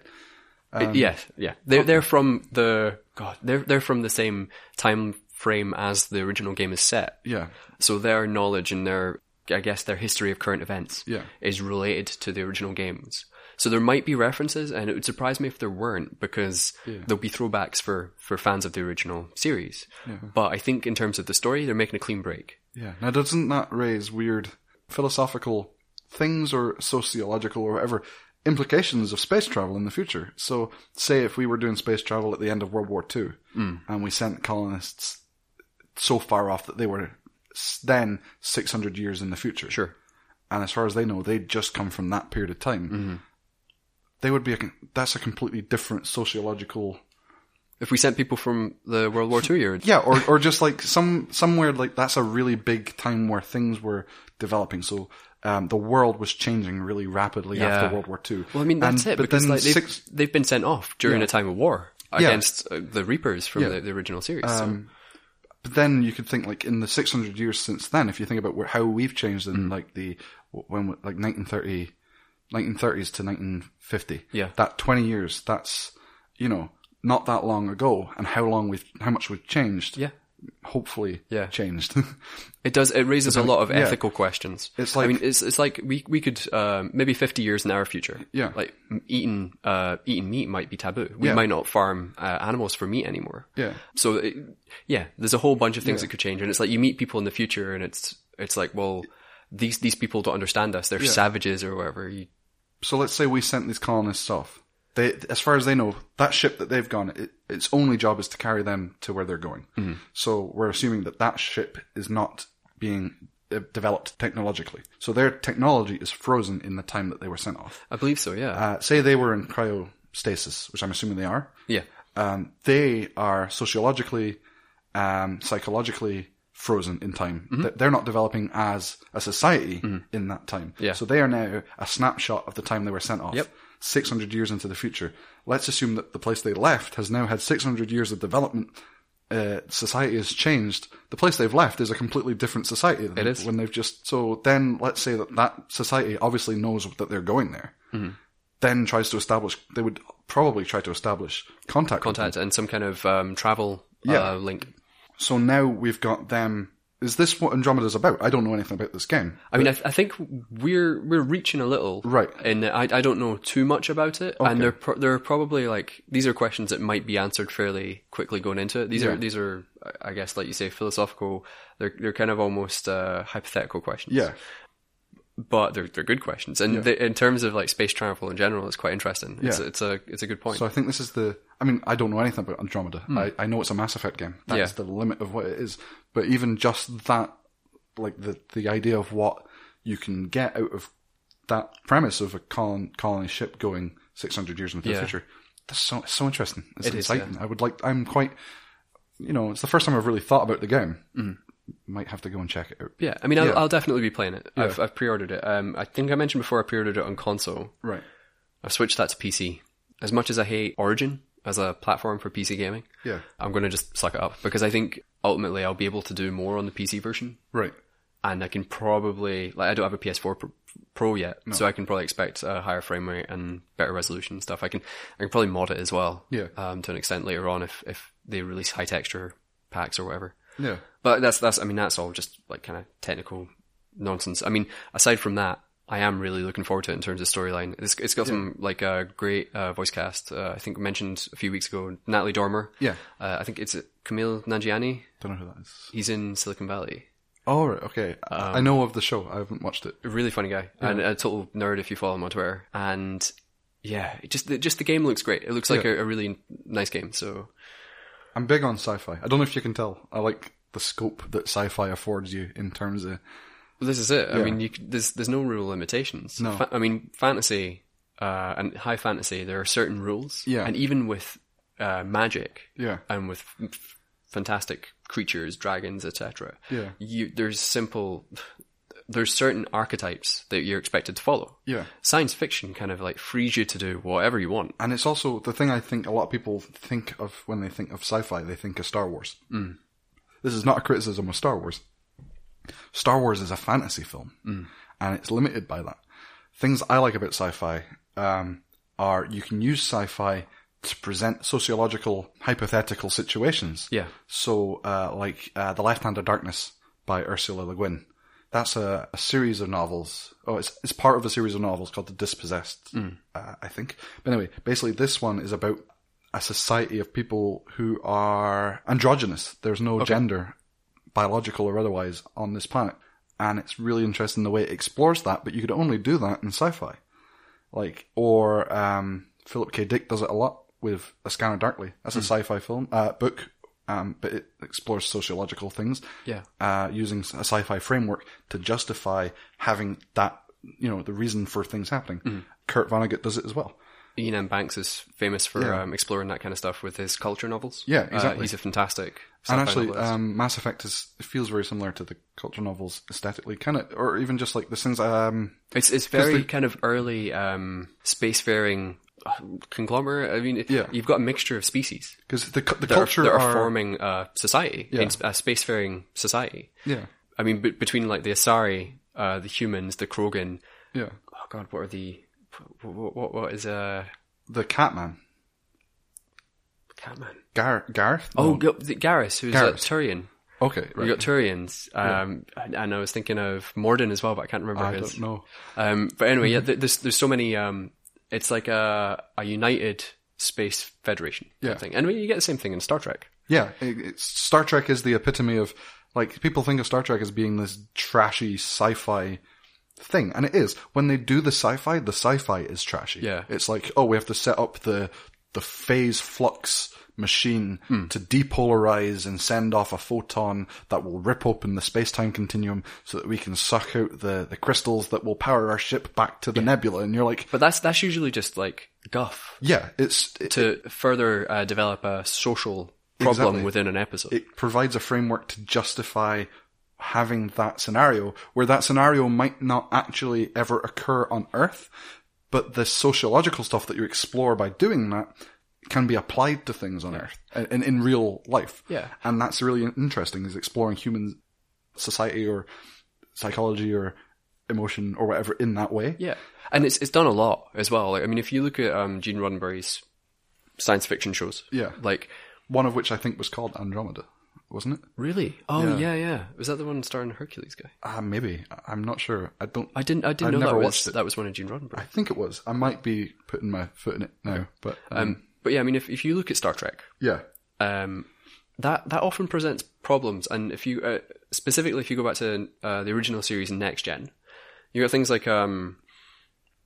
Speaker 1: It- yes, yeah, they're they're from the God, they're they're from the same time frame as the original game is set.
Speaker 2: Yeah.
Speaker 1: So their knowledge and their, I guess, their history of current events
Speaker 2: Yeah.
Speaker 1: is related to the original games. So there might be references, and it would surprise me if there weren't, because there'll be throwbacks for, for fans of the original series. But I think in terms of the story, they're making a clean break.
Speaker 2: Yeah. Now, doesn't that raise weird philosophical things or sociological or whatever implications of space travel in the future? So, say if we were doing space travel at the end of World War II and we sent colonists so far off that they were s- then 600 years in the future.
Speaker 1: Sure.
Speaker 2: And as far as they know, they'd just come from that period of time. They would be a, con- that's a completely different sociological
Speaker 1: If we sent people from the World War II era,
Speaker 2: yeah, or or just like some somewhere like that's a really big time where things were developing. So um, the world was changing really rapidly
Speaker 1: Yeah.
Speaker 2: after World War II.
Speaker 1: well, I mean that's
Speaker 2: And-
Speaker 1: it because like they've,
Speaker 2: six-
Speaker 1: they've been sent off during
Speaker 2: Yeah.
Speaker 1: a time of war
Speaker 2: Yeah.
Speaker 1: against uh, the Reapers from
Speaker 2: Yeah. Um,
Speaker 1: the, the original series.
Speaker 2: but then you could think like in the six hundred years since then, if you think about where, how we've changed
Speaker 1: Mm.
Speaker 2: in like the when like 1930, 1930s to nineteen fifty.
Speaker 1: Yeah.
Speaker 2: that twenty years. That's you know not that long ago, and how long we've how much we've changed.
Speaker 1: so, yeah.
Speaker 2: hopefully
Speaker 1: Yeah.
Speaker 2: changed.
Speaker 1: It does. It raises a lot of
Speaker 2: yeah.
Speaker 1: ethical questions.
Speaker 2: It's like-
Speaker 1: I mean, it's it's like we we could um, maybe fifty years in our future.
Speaker 2: Yeah.
Speaker 1: like m- eating uh, eating meat might be taboo. We
Speaker 2: Yeah.
Speaker 1: might not farm uh, animals for meat anymore.
Speaker 2: Yeah.
Speaker 1: So it, yeah, there's a whole bunch of things that could change, and it's like you meet people in the future, and it's it's like well, these these people don't understand us. They're savages or whatever. You,
Speaker 2: so let's say we sent these colonists off. They, as far as they know, that ship that they've gone, it, its only job is to carry them to where they're going. So we're assuming that that ship is not being uh, developed technologically. So their technology is frozen in the time that they were sent off.
Speaker 1: I believe so. Yeah.
Speaker 2: Uh, say they were in cryostasis, which I'm assuming they are.
Speaker 1: yeah.
Speaker 2: Um, they are sociologically, um, psychologically frozen in time.
Speaker 1: Mm-hmm.
Speaker 2: Th- They're not developing as a society in that time.
Speaker 1: Yeah.
Speaker 2: So they are now a snapshot of the time they were sent off.
Speaker 1: Yep.
Speaker 2: 600 years into the future. Let's assume that the place they left has now had 600 years of development. Uh, society has changed. The place they've left is a completely different society than
Speaker 1: It is.
Speaker 2: when they've just. So then let's say that that society obviously knows that they're going there.
Speaker 1: Mm-hmm.
Speaker 2: Then tries to establish, they would probably try to establish contact. with them.
Speaker 1: Contact and some kind of um, travel
Speaker 2: Yeah.
Speaker 1: uh, link.
Speaker 2: So now we've got them. Is this what Andromeda's about? I don't know anything about this game.
Speaker 1: I mean, I, th- I think we're we're reaching a little,
Speaker 2: Right.
Speaker 1: And I I don't know too much about it,
Speaker 2: Okay.
Speaker 1: and there pro- there are probably like these are questions that might be answered fairly quickly going into it. These
Speaker 2: Yeah.
Speaker 1: are these are I I guess like you say philosophical. They're they're kind of almost uh, hypothetical questions,
Speaker 2: Yeah,
Speaker 1: But they're they're good questions, and they, in terms of like space travel in general, it's quite interesting. It's,
Speaker 2: Yeah.
Speaker 1: it's a it's a good point.
Speaker 2: so I think this is the. I mean, I don't know anything about Andromeda. I, I know it's a Mass Effect game. That's
Speaker 1: Hmm. Yeah.
Speaker 2: the limit of what it is. But even just that, like the the idea of what you can get out of that premise of a colon, colony ship going 600 years into the
Speaker 1: Yeah.
Speaker 2: future, that's so so interesting. It's
Speaker 1: It is,
Speaker 2: exciting. I would like. I'm quite. You know, it's the first time I've really thought about the game. Might have to go and check it out.
Speaker 1: Hmm. yeah, I mean, I'll, I'll definitely be playing it. I've I've pre-ordered it. Um, I think I mentioned before I pre-ordered it on console.
Speaker 2: Right.
Speaker 1: I've switched that to PC. As much as I hate Origin as a platform for PC gaming,
Speaker 2: Yeah.
Speaker 1: I'm going to just suck it up because I think ultimately I'll be able to do more on the PC version,
Speaker 2: Right.
Speaker 1: and I can probably like I don't have a PS4 Pro, Pro yet, so I can probably expect a higher frame rate and better resolution and stuff. I can I can probably mod it as well,
Speaker 2: Yeah.
Speaker 1: um, to an extent later on if if they release high texture packs or whatever.
Speaker 2: Yeah.
Speaker 1: But that's that's I mean that's all just like kind of technical nonsense. I mean, aside from that, I am really looking forward to it in terms of storyline. It's it's got some like a great uh, voice cast. Uh, I think mentioned a few weeks ago, Natalie Dormer.
Speaker 2: Yeah.
Speaker 1: uh, I think it's Camille Nanjiani.
Speaker 2: Don't know who that is.
Speaker 1: He's in Silicon Valley.
Speaker 2: Oh, right, okay. I I know of the show. I haven't watched it.
Speaker 1: A really funny guy and a total nerd if you follow him on Twitter. And yeah, it just the, just the game looks great. It looks like a, a really nice game. So
Speaker 2: I'm big on sci-fi. I don't know if you can tell. I like the scope that sci-fi affords you in terms of
Speaker 1: Well, this is it. I mean, you, c- there's there's no rule limitations.
Speaker 2: No.
Speaker 1: Fa- I mean, fantasy uh, and high fantasy, there are certain rules.
Speaker 2: Yeah.
Speaker 1: And even with uh, magic,
Speaker 2: Yeah.
Speaker 1: and with f- f- fantastic creatures, dragons, etc.
Speaker 2: Yeah.
Speaker 1: you there's simple there's certain archetypes that you're expected to follow.
Speaker 2: Yeah.
Speaker 1: Science fiction kind of like frees you to do whatever you want.
Speaker 2: And it's also the thing I think a lot of people think of when they think of sci-fi. They think of Star Wars. Mm. This is not a criticism of Star Wars. Star Wars is a fantasy film, and it's limited by that. Things I like about sci-fi um, are you can use sci-fi to present sociological, hypothetical situations.
Speaker 1: Yeah.
Speaker 2: So, uh, like uh, The Left Hand of Darkness by Ursula Le Guin. That's a, a series of novels. Oh, it's it's part of a series of novels called The Dispossessed, uh, I think. But anyway, basically, this one is about a society of people who are androgynous. There's no gender, biological or otherwise, on this planet. And it's really interesting the way it explores that, but you could only do that in sci fi like or um, Philip K. Dick does it a lot with A Scanner Darkly. That's a
Speaker 1: Hmm.
Speaker 2: sci-fi film uh, book, um, but it explores sociological things.
Speaker 1: Yeah.
Speaker 2: uh, using a sci-fi framework to justify having that, you know, the reason for things happening.
Speaker 1: Hmm.
Speaker 2: Kurt Vonnegut does it as well.
Speaker 1: Ian M. Banks is famous for
Speaker 2: Yeah.
Speaker 1: um, exploring that kind of stuff with his culture novels.
Speaker 2: Yeah,
Speaker 1: Uh,
Speaker 2: exactly.
Speaker 1: he's a fantastic.
Speaker 2: and
Speaker 1: sci-fi
Speaker 2: actually,
Speaker 1: novelist.
Speaker 2: um, Mass Effect is it feels very similar to the culture novels aesthetically, kind of, or even just like the things. Um,
Speaker 1: It's it's very
Speaker 2: the-
Speaker 1: kind of early um, spacefaring uh, conglomerate. I mean,
Speaker 2: Yeah.
Speaker 1: you've got a mixture of species
Speaker 2: because the cu- the
Speaker 1: that,
Speaker 2: culture
Speaker 1: are, that are,
Speaker 2: are-
Speaker 1: forming a society,
Speaker 2: Yeah.
Speaker 1: in a spacefaring society.
Speaker 2: yeah,
Speaker 1: I mean, b- between like the Asari, uh, the humans, the Krogan.
Speaker 2: yeah,
Speaker 1: Oh God, what are the what what, what is uh
Speaker 2: the Catman,
Speaker 1: Catman?
Speaker 2: Gar- Gareth.
Speaker 1: Oh,
Speaker 2: No.
Speaker 1: g- the Garrus, who's a
Speaker 2: Garrus.
Speaker 1: Turian.
Speaker 2: okay,
Speaker 1: We
Speaker 2: right.
Speaker 1: got Turians, um, and, and I was thinking of Morden as well, but I can't remember
Speaker 2: I
Speaker 1: his.
Speaker 2: don't know.
Speaker 1: Um, but anyway, yeah, th- there's there's so many. Um, it's like a a united space federation
Speaker 2: Yeah.
Speaker 1: thing, and you get the same thing in Star Trek.
Speaker 2: Yeah, it, it's, Star Trek is the epitome of like people think of Star Trek as being this trashy sci-fi thing, and it is. When they do the sci-fi, the sci-fi is trashy.
Speaker 1: Yeah.
Speaker 2: it's like oh, we have to set up the the phase flux machine to depolarize and send off a photon that will rip open the space-time continuum so that we can suck out the, the crystals that will power our ship back to the nebula and you're like
Speaker 1: But that's that's usually just like guff
Speaker 2: yeah it's it,
Speaker 1: to further uh, develop a social problem
Speaker 2: Exactly.
Speaker 1: within an episode.
Speaker 2: it provides a framework to justify having that scenario where that scenario might not actually ever occur on earth but the sociological stuff that you explore by doing that can be applied to things on earth and, and in real life
Speaker 1: Yeah.
Speaker 2: and that's really interesting is exploring human society or psychology or emotion or whatever in that way
Speaker 1: yeah, and it's it's done a lot as well. Like, I mean, if you look at um, Gene Roddenberry's science fiction shows,
Speaker 2: Yeah.
Speaker 1: like
Speaker 2: one of which i think was called andromeda wasn't it
Speaker 1: really, oh yeah, yeah, was that the one starring Hercules guy?
Speaker 2: uh, maybe I- i'm not sure i don't
Speaker 1: I didn't I didn't
Speaker 2: I
Speaker 1: know that
Speaker 2: never
Speaker 1: was
Speaker 2: watched it.
Speaker 1: that was one of Gene Roddenberry.
Speaker 2: I think it was. I might be putting my foot in it now, but um,
Speaker 1: um, but yeah, I mean, if if you look at Star Trek,
Speaker 2: yeah,
Speaker 1: um, that that often presents problems. And if you uh, specifically if you go back to uh, the original series in Next Gen, you got things like um,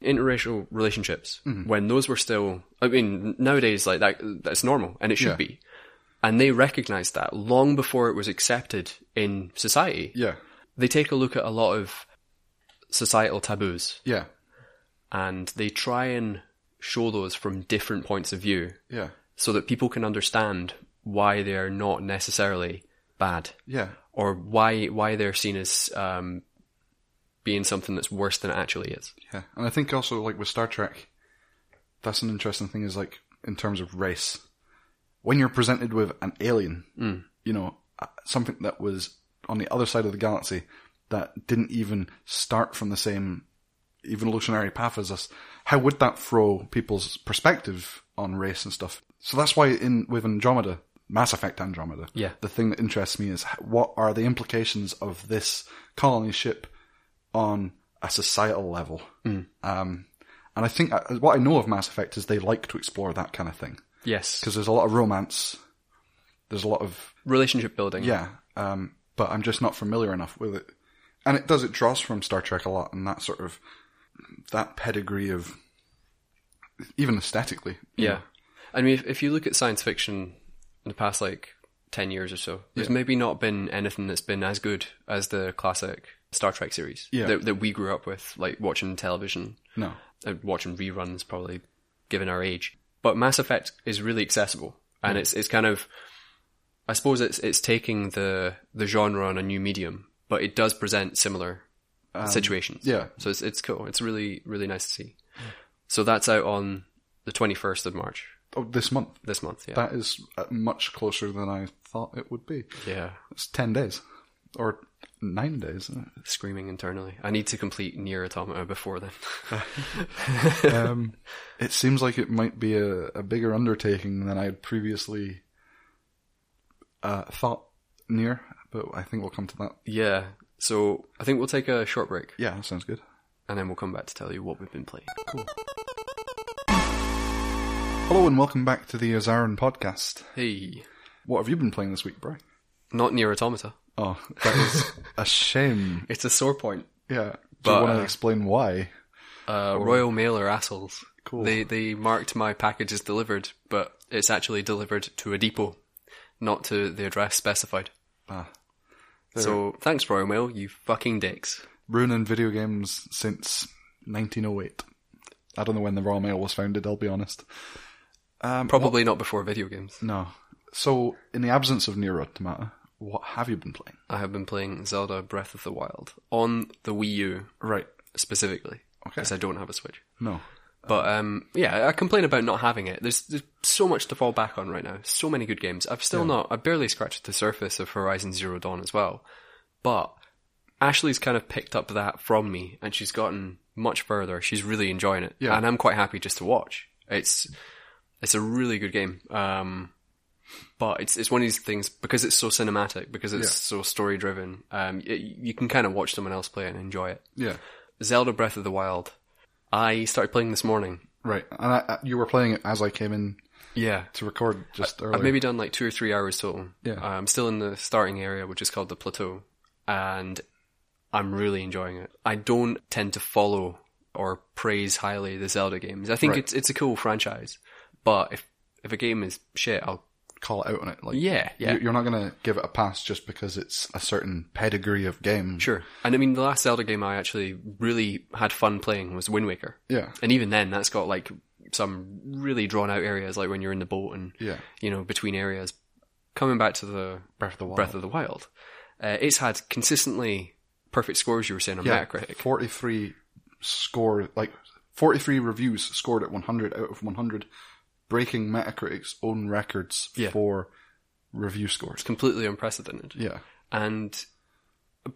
Speaker 1: interracial relationships when those were still. I mean, nowadays like that that's normal and it should
Speaker 2: Yeah.
Speaker 1: be. And they recognized that long before it was accepted in society.
Speaker 2: yeah,
Speaker 1: They take a look at a lot of societal taboos
Speaker 2: yeah,
Speaker 1: and they try and show those from different points of view
Speaker 2: yeah,
Speaker 1: so that people can understand why they are not necessarily bad
Speaker 2: yeah,
Speaker 1: or why why they're seen as um, being something that's worse than it actually is.
Speaker 2: yeah. And I think also like with Star Trek, that's an interesting thing. Is like in terms of race, when you're presented with an alien, you know, uh, something that was on the other side of the galaxy that didn't even start from the same evolutionary path as us, how would that throw people's perspective on race and stuff? So that's why in with Andromeda, Mass Effect Andromeda,
Speaker 1: Yeah.
Speaker 2: the thing that interests me is h- what are the implications of this colony ship on a societal level? Um, and I think uh, what I know of Mass Effect is they like to explore that kind of thing
Speaker 1: Yes,
Speaker 2: because there's a lot of romance, there's a lot of
Speaker 1: relationship building.
Speaker 2: yeah, um, but I'm just not familiar enough with it. And it does it draws from Star Trek a lot, and that sort of that pedigree of even aesthetically.
Speaker 1: yeah. I mean, if, if you look at science fiction in the past like ten years or so, there's maybe not been anything that's been as good as the classic Star Trek series
Speaker 2: Yeah.
Speaker 1: that, that we grew up with, like watching television.
Speaker 2: No.
Speaker 1: uh, watching reruns probably given our age. But Mass Effect is really accessible
Speaker 2: Mm.
Speaker 1: and it's it's kind of I suppose it's it's taking the the genre on a new medium, but it does present similar situations.
Speaker 2: Um, yeah.
Speaker 1: So it's it's cool. It's really really nice to see. So that's out on the 21st of March
Speaker 2: Oh, this month.
Speaker 1: this month. Yeah.
Speaker 2: That is uh, much closer than I thought it would be.
Speaker 1: yeah.
Speaker 2: It's 10 days. Or 9 days. isn't it?
Speaker 1: Screaming internally. I need to complete Near Automata before then.
Speaker 2: Um, It seems like it might be a, a bigger undertaking than I had previously uh, thought near, but I think we'll come to that.
Speaker 1: yeah. So I think we'll take a short break
Speaker 2: Yeah, sounds good.
Speaker 1: and then we'll come back to tell you what we've been playing.
Speaker 2: Hello and welcome back to the Azarin podcast.
Speaker 1: Hey.
Speaker 2: What have you been playing this week, Bry?
Speaker 1: Not Near Automata.
Speaker 2: Oh, that is a shame.
Speaker 1: It's a sore point.
Speaker 2: Yeah. Do
Speaker 1: But,
Speaker 2: you want to
Speaker 1: uh,
Speaker 2: explain why?
Speaker 1: Uh, Royal Mail are assholes.
Speaker 2: Cool.
Speaker 1: They they marked my package as delivered, but it's actually delivered to a depot, not to the address specified.
Speaker 2: Ah.
Speaker 1: So thanks, Royal Mail, you fucking dicks.
Speaker 2: ruining video games since 1908. I don't know when the Raw Mail was founded, I'll be honest. Um,
Speaker 1: Probably not before video games.
Speaker 2: No. So, in the absence of Nier Automata, what have you been playing?
Speaker 1: I have been playing Zelda Breath of the Wild on the Wii U
Speaker 2: Right.
Speaker 1: specifically,
Speaker 2: Okay.
Speaker 1: because I don't have a Switch.
Speaker 2: No.
Speaker 1: But um, yeah, I complain about not having it. There's, there's so much to fall back on right now. So many good games. I've still not. I barely scratched the surface of Horizon Zero Dawn as well. But Ashley's kind of picked up that from me, and she's gotten much further. She's really enjoying it,
Speaker 2: Yeah.
Speaker 1: and I'm quite happy just to watch. It's it's a really good game. Um, but it's it's one of these things because it's so cinematic, because it's so story driven. Um, y you can kind of watch someone else play it and enjoy it.
Speaker 2: Yeah.
Speaker 1: Zelda Breath of the Wild. I started playing this morning.
Speaker 2: Right. And I, I, you were playing it as I came in
Speaker 1: Yeah.
Speaker 2: to record just earlier.
Speaker 1: I've Uh, maybe done like two or three hours total.
Speaker 2: Yeah.
Speaker 1: Uh, I'm still in the starting area, which is called the plateau, and I'm really enjoying it. I don't tend to follow or praise highly the Zelda games. I think
Speaker 2: Right.
Speaker 1: it's it's a cool franchise, but if if a game is shit, I'll
Speaker 2: call out on it. Like,
Speaker 1: yeah yeah
Speaker 2: you- You're not going to give it a pass just because it's a certain pedigree of game.
Speaker 1: sure. And I mean, the last Zelda game I actually really had fun playing was Wind Waker.
Speaker 2: Yeah.
Speaker 1: and even then, that's got like some really drawn out areas, like when you're in the boat and
Speaker 2: Yeah.
Speaker 1: you know between areas. Coming back to the
Speaker 2: Breath of the Wild.
Speaker 1: Breath of the Wild. Uh, it's had consistently perfect scores. You were saying on
Speaker 2: yeah,
Speaker 1: Metacritic.
Speaker 2: 43 score, like 43 reviews scored at 100 out of 100, breaking Metacritic's own records
Speaker 1: Yeah.
Speaker 2: for review scores.
Speaker 1: Completely unprecedented.
Speaker 2: Yeah.
Speaker 1: And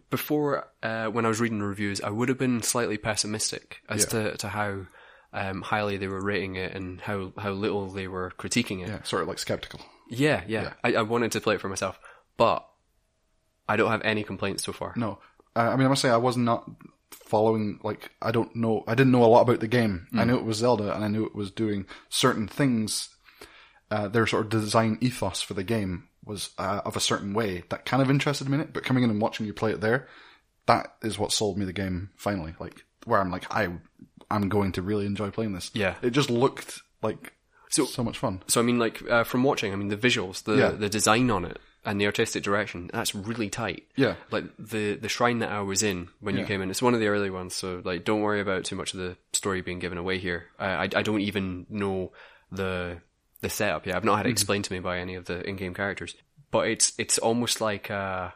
Speaker 1: before, uh, when I was reading the reviews, I would have been slightly pessimistic as to, to how um, highly they were rating it and how, how little they were critiquing it.
Speaker 2: Yeah, sort of like skeptical.
Speaker 1: Yeah, yeah. I, I wanted to play it for myself, but I don't have any complaints so far.
Speaker 2: No, I, I mean, I must say, I was not following. Like, I don't know. I didn't know a lot about the game. I knew it was Zelda, and I knew it was doing certain things. Uh, their sort of design ethos for the game was uh, of a certain way that kind of interested me in it. But coming in and watching you play it there, that is what sold me the game finally. Like, where I'm like, I, I'm going to really enjoy playing this.
Speaker 1: Yeah.
Speaker 2: it just looked like
Speaker 1: So-
Speaker 2: so, much fun.
Speaker 1: So I mean, like uh, from watching, I mean the visuals, the
Speaker 2: Yeah.
Speaker 1: the design on it, and the artistic direction. That's really tight.
Speaker 2: Yeah.
Speaker 1: Like the the shrine that I was in when you
Speaker 2: Yeah.
Speaker 1: came in. It's one of the early ones, so like don't worry about too much of the story being given away here. Uh, I I don't even know the the setup. Yeah, I've not had it
Speaker 2: Mm-hmm.
Speaker 1: explained to me by any of the in game characters. But it's it's almost like uh,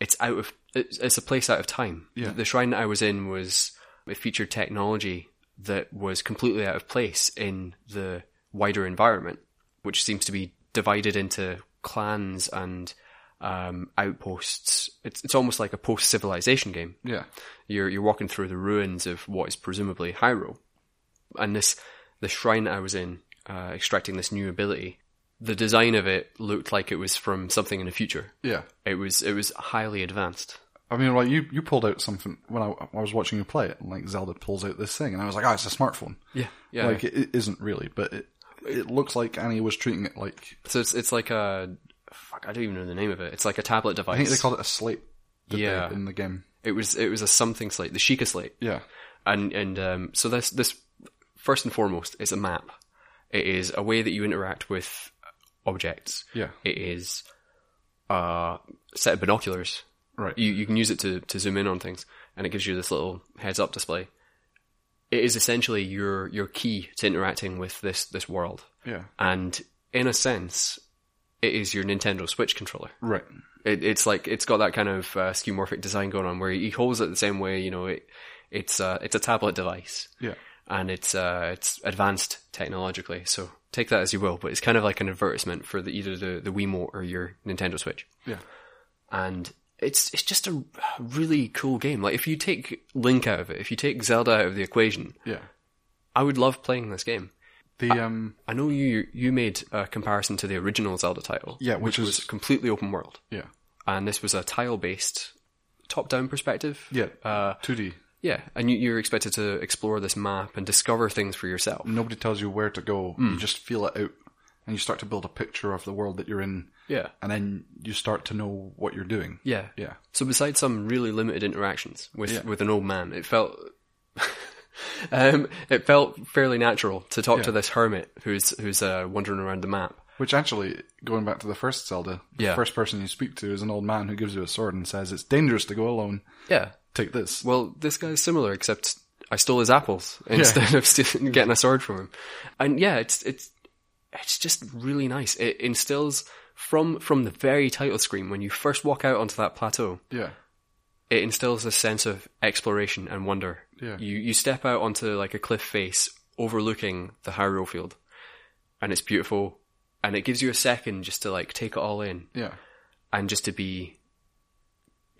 Speaker 1: it's out of it's, it's a place out of time.
Speaker 2: Yeah.
Speaker 1: The shrine that I was in was it featured technology that was completely out of place in the wider environment, which seems to be divided into clans and um, outposts. It's it's almost like a post civilization game.
Speaker 2: Yeah,
Speaker 1: You're you're walking through the ruins of what is presumably Hyrule, and this the shrine that I was in, uh, extracting this new ability. The design of it looked like it was from something in the future.
Speaker 2: yeah.
Speaker 1: It was it was highly advanced.
Speaker 2: I mean, like you, you pulled out something when I, I was watching you play it. And, like Zelda pulls out this thing, and I was like, "Oh, it's a smartphone."
Speaker 1: Yeah, yeah.
Speaker 2: Like it, it isn't really, but it it looks like Annie was treating it like
Speaker 1: so it's it's like a fuck. I don't even know the name of it. It's like a tablet device.
Speaker 2: I think they called it a slate. did they,
Speaker 1: Yeah.
Speaker 2: in the game.
Speaker 1: it was it was a something slate, the Sheikah slate,
Speaker 2: Yeah,
Speaker 1: and and um, so this this first and foremost is a map. It is a way that you interact with objects.
Speaker 2: Yeah.
Speaker 1: it is a set of binoculars.
Speaker 2: right.
Speaker 1: You you can use it to to zoom in on things, and it gives you this little heads up display. It is essentially your your key to interacting with this this world.
Speaker 2: yeah,
Speaker 1: and in a sense, it is your Nintendo Switch controller.
Speaker 2: right.
Speaker 1: It, it's like it's got that kind of uh, skeuomorphic design going on where he holds it the same way. You know, it it's uh, it's a tablet device.
Speaker 2: Yeah.
Speaker 1: and it's uh, it's advanced technologically. So take that as you will, but it's kind of like an advertisement for the, either the the Wiimote or your Nintendo Switch.
Speaker 2: Yeah.
Speaker 1: and it's it's just a really cool game. Like if you take Link out of it, if you take Zelda out of the equation,
Speaker 2: Yeah.
Speaker 1: I would love playing this game.
Speaker 2: The
Speaker 1: Ah.
Speaker 2: um
Speaker 1: I know you you made a comparison to the original Zelda title,
Speaker 2: Yeah, which
Speaker 1: was
Speaker 2: is-
Speaker 1: completely open world,
Speaker 2: yeah.
Speaker 1: and this was a tile based top down perspective.
Speaker 2: Yeah.
Speaker 1: uh,
Speaker 2: 2D.
Speaker 1: yeah, and you, you're expected to explore this map and discover things for yourself.
Speaker 2: Nobody tells you where to go.
Speaker 1: Mm.
Speaker 2: You just feel it out and you start to build a picture of the world that you're in.
Speaker 1: Yeah,
Speaker 2: And then you start to know what you're doing.
Speaker 1: yeah,
Speaker 2: Yeah.
Speaker 1: So besides some really limited interactions with with an old man, it felt um, it felt fairly natural to talk to this hermit who's who's uh, wandering around the map.
Speaker 2: Which actually, going back to the first Zelda, the
Speaker 1: Yeah.
Speaker 2: first person you speak to is an old man who gives you a sword and says, It's dangerous to go alone.
Speaker 1: Yeah.
Speaker 2: Take this.
Speaker 1: Well, this guy's similar, except I stole his apples instead of stealing, getting a sword from him. And yeah, it's it's it's just really nice. It instills from from the very title screen when you first walk out onto that plateau.
Speaker 2: yeah.
Speaker 1: it instills this sense of exploration and wonder.
Speaker 2: Yeah.
Speaker 1: You you step out onto like a cliff face overlooking the Hyrule Field, and it's beautiful, and it gives you a second just to like take it all in
Speaker 2: Yeah.
Speaker 1: and just to be,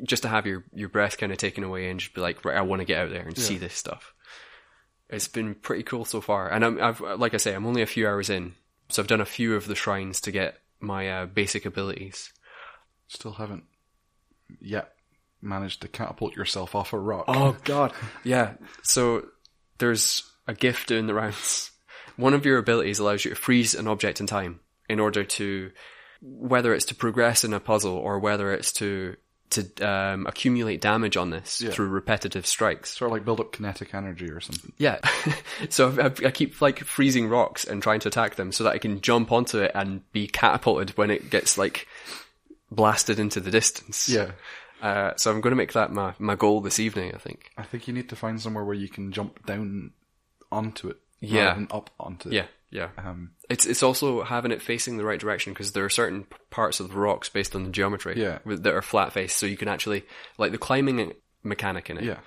Speaker 1: just to have your your breath kind of taken away and just be like, right, I want to get out there and see this stuff. It's been pretty cool so far, and I'm I've like I say, I'm only a few hours in, so I've done a few of the shrines to get my uh, basic abilities.
Speaker 2: Still haven't yet managed to catapult yourself off a rock.
Speaker 1: Oh god. Yeah. So there's a gift doing the rounds. One of your abilities allows you to freeze an object in time in order to whether it's to progress in a puzzle or whether it's to to um, accumulate damage on this through repetitive strikes.
Speaker 2: Sort of like build up kinetic energy or something.
Speaker 1: Yeah. so I, I- I keep like freezing rocks and trying to attack them so that I can jump onto it and be catapulted when it gets like blasted into the distance.
Speaker 2: Yeah.
Speaker 1: Uh, so I'm going to make that my, my goal this evening, I think.
Speaker 2: I think you need to find somewhere where you can jump down onto it.
Speaker 1: Yeah.
Speaker 2: rather than up onto it.
Speaker 1: Yeah, yeah.
Speaker 2: Um,
Speaker 1: It's it's also having it facing the right direction because there are certain p- parts of the rocks based on the geometry
Speaker 2: Yeah.
Speaker 1: with- that are flat faced, so you can actually like the climbing mechanic in it is
Speaker 2: Yeah.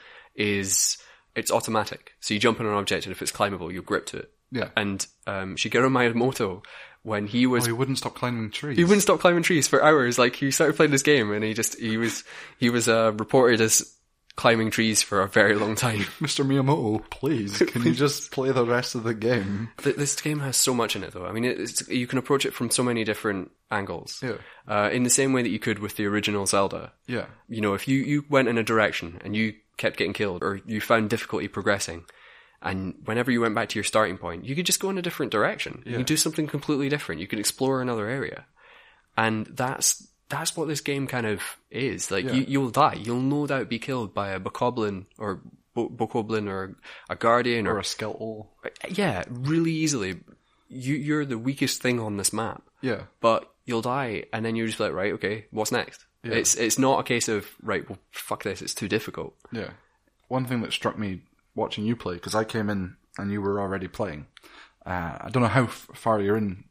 Speaker 1: it's automatic. So you jump on an object and if it's climbable, you grip to it.
Speaker 2: Yeah.
Speaker 1: And um, Shigeru Miyamoto, when he was
Speaker 2: Oh, he wouldn't stop climbing trees.
Speaker 1: he wouldn't stop climbing trees for hours. Like he started playing this game and he just he was he was uh, reported as climbing trees for a very long time.
Speaker 2: Mr. Miyamoto, please, can you just play the rest of the game?
Speaker 1: Th- this game has so much in it, though. I mean, it- it's, you can approach it from so many different angles.
Speaker 2: Yeah.
Speaker 1: Uh, in the same way that you could with the original Zelda.
Speaker 2: Yeah.
Speaker 1: You know, if you, you went in a direction and you kept getting killed or you found difficulty progressing, and whenever you went back to your starting point, you could just go in a different direction. You could do something completely different. You could explore another area. And that's that's what this game kind of is. Like, you, you'll die. You'll no doubt be killed by a Bokoblin or Bo- Bokoblin or a Guardian
Speaker 2: Or a skeletal.
Speaker 1: yeah, really easily. You you're the weakest thing on this map.
Speaker 2: Yeah.
Speaker 1: But you'll die, and then you're just like, right, okay, what's next? It's it's not a case of right, well, fuck this, it's too difficult.
Speaker 2: Yeah. One thing that struck me watching you play, because I came in and you were already playing. Uh, I don't know how f- far you're in,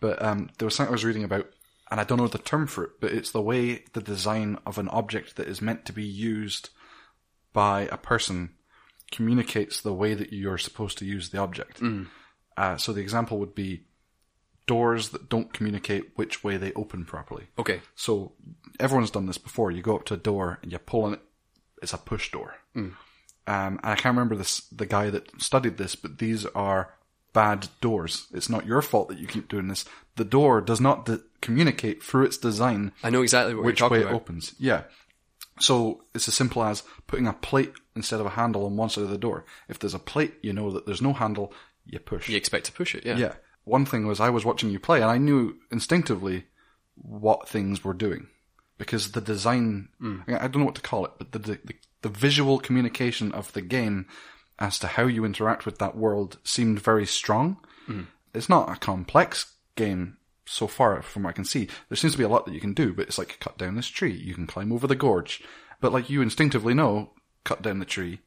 Speaker 2: but um, there was something I was reading about, and I don't know the term for it, but it's the way the design of an object that is meant to be used by a person communicates the way that you're supposed to use the object. Uh, so the example would be doors that don't communicate which way they open properly.
Speaker 1: Okay,
Speaker 2: So everyone's done this before. You go up to a door and you pull on it. It's a push door. Um, and I can't remember this the guy that studied this, but these are bad doors. It's not your fault that you keep doing this. The door does not de- communicate through its design
Speaker 1: I know exactly what
Speaker 2: which
Speaker 1: you're
Speaker 2: way
Speaker 1: talking
Speaker 2: it
Speaker 1: about.
Speaker 2: opens. Yeah. So it's as simple as putting a plate instead of a handle on one side of the door. If there's a plate, you know that there's no handle. You push.
Speaker 1: You expect to push it, yeah.
Speaker 2: Yeah. One thing was I was watching you play and I knew instinctively what things were doing because the design, I I don't know what to call it, but the, the, the visual communication of the game as to how you interact with that world seemed very strong. It's not a complex game so far from what I can see. There seems to be a lot that you can do, but it's like cut down this tree, you can climb over the gorge. But like you instinctively know, cut down the tree,